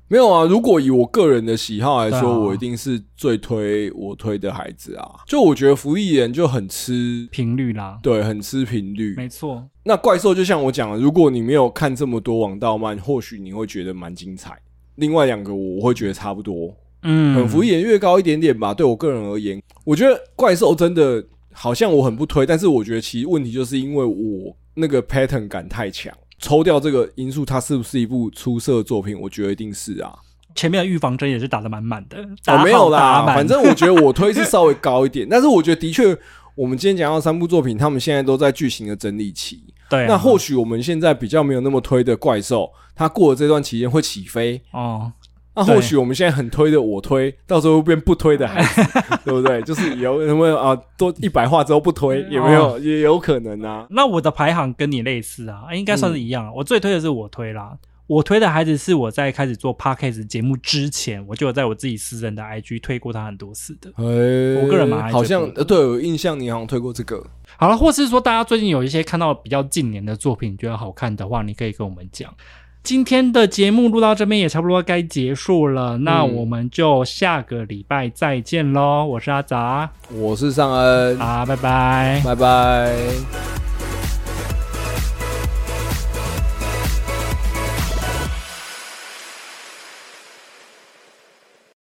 S2: 没有啊，如果以我个人的喜好来
S1: 对啊
S2: 说，我一定是最推我推的孩子啊。就我觉得福利人就很吃，
S1: 频率啦，
S2: 对，很吃频率。
S1: 没错，
S2: 那怪兽就像我讲的，如果你没有看这么多王道漫，或许你会觉得蛮精彩。另外两个我会觉得差不多，
S1: 嗯，
S2: 很福利人越高一点点吧。对我个人而言，我觉得怪兽真的好像我很不推，但是我觉得其实问题就是因为我那个 pattern 感太强。抽掉这个因素，它是不是一部出色的作品？我觉得一定是啊。
S1: 前面的预防针也是打的满满的，打
S2: 哦，
S1: 好
S2: 没有
S1: 打
S2: 啦，
S1: 满
S2: 反正我觉得我推是稍微高一点， 但是我觉得的确，我们今天讲到三部作品，他们现在都在剧情的整理期。
S1: 对啊、
S2: 那或许我们现在比较没有那么推的怪兽，它过了这段期间会起飞。
S1: 哦，
S2: 那
S1: 对
S2: 啊或许我们现在很推的我推，到时候会变不推的 孩子，对不对？就是有有没有啊？多一百话之后不推，
S1: 嗯
S2: 有没
S1: 哦
S2: 有、也有可能啊？
S1: 那我的排行跟你类似啊，应该算是一样啊。我最推的是我推啦，我推的孩子是我在开始做 podcast 节目之前，我就有在我自己私人的 IG 推过他很多次的。
S2: 哎，
S1: 我个人蛮爱这部的
S2: 好像呃，对，有印象你好像推过这个。
S1: 好了，或是说大家最近有一些看到比较近年的作品，觉得好看的话，你可以跟我们讲。今天的节目录到这边也差不多该结束了，那
S2: 嗯
S1: 我们就下个礼拜再见喽。我是阿杂，嗯
S2: 我是尚恩，
S1: 啊，拜拜。
S2: 拜拜。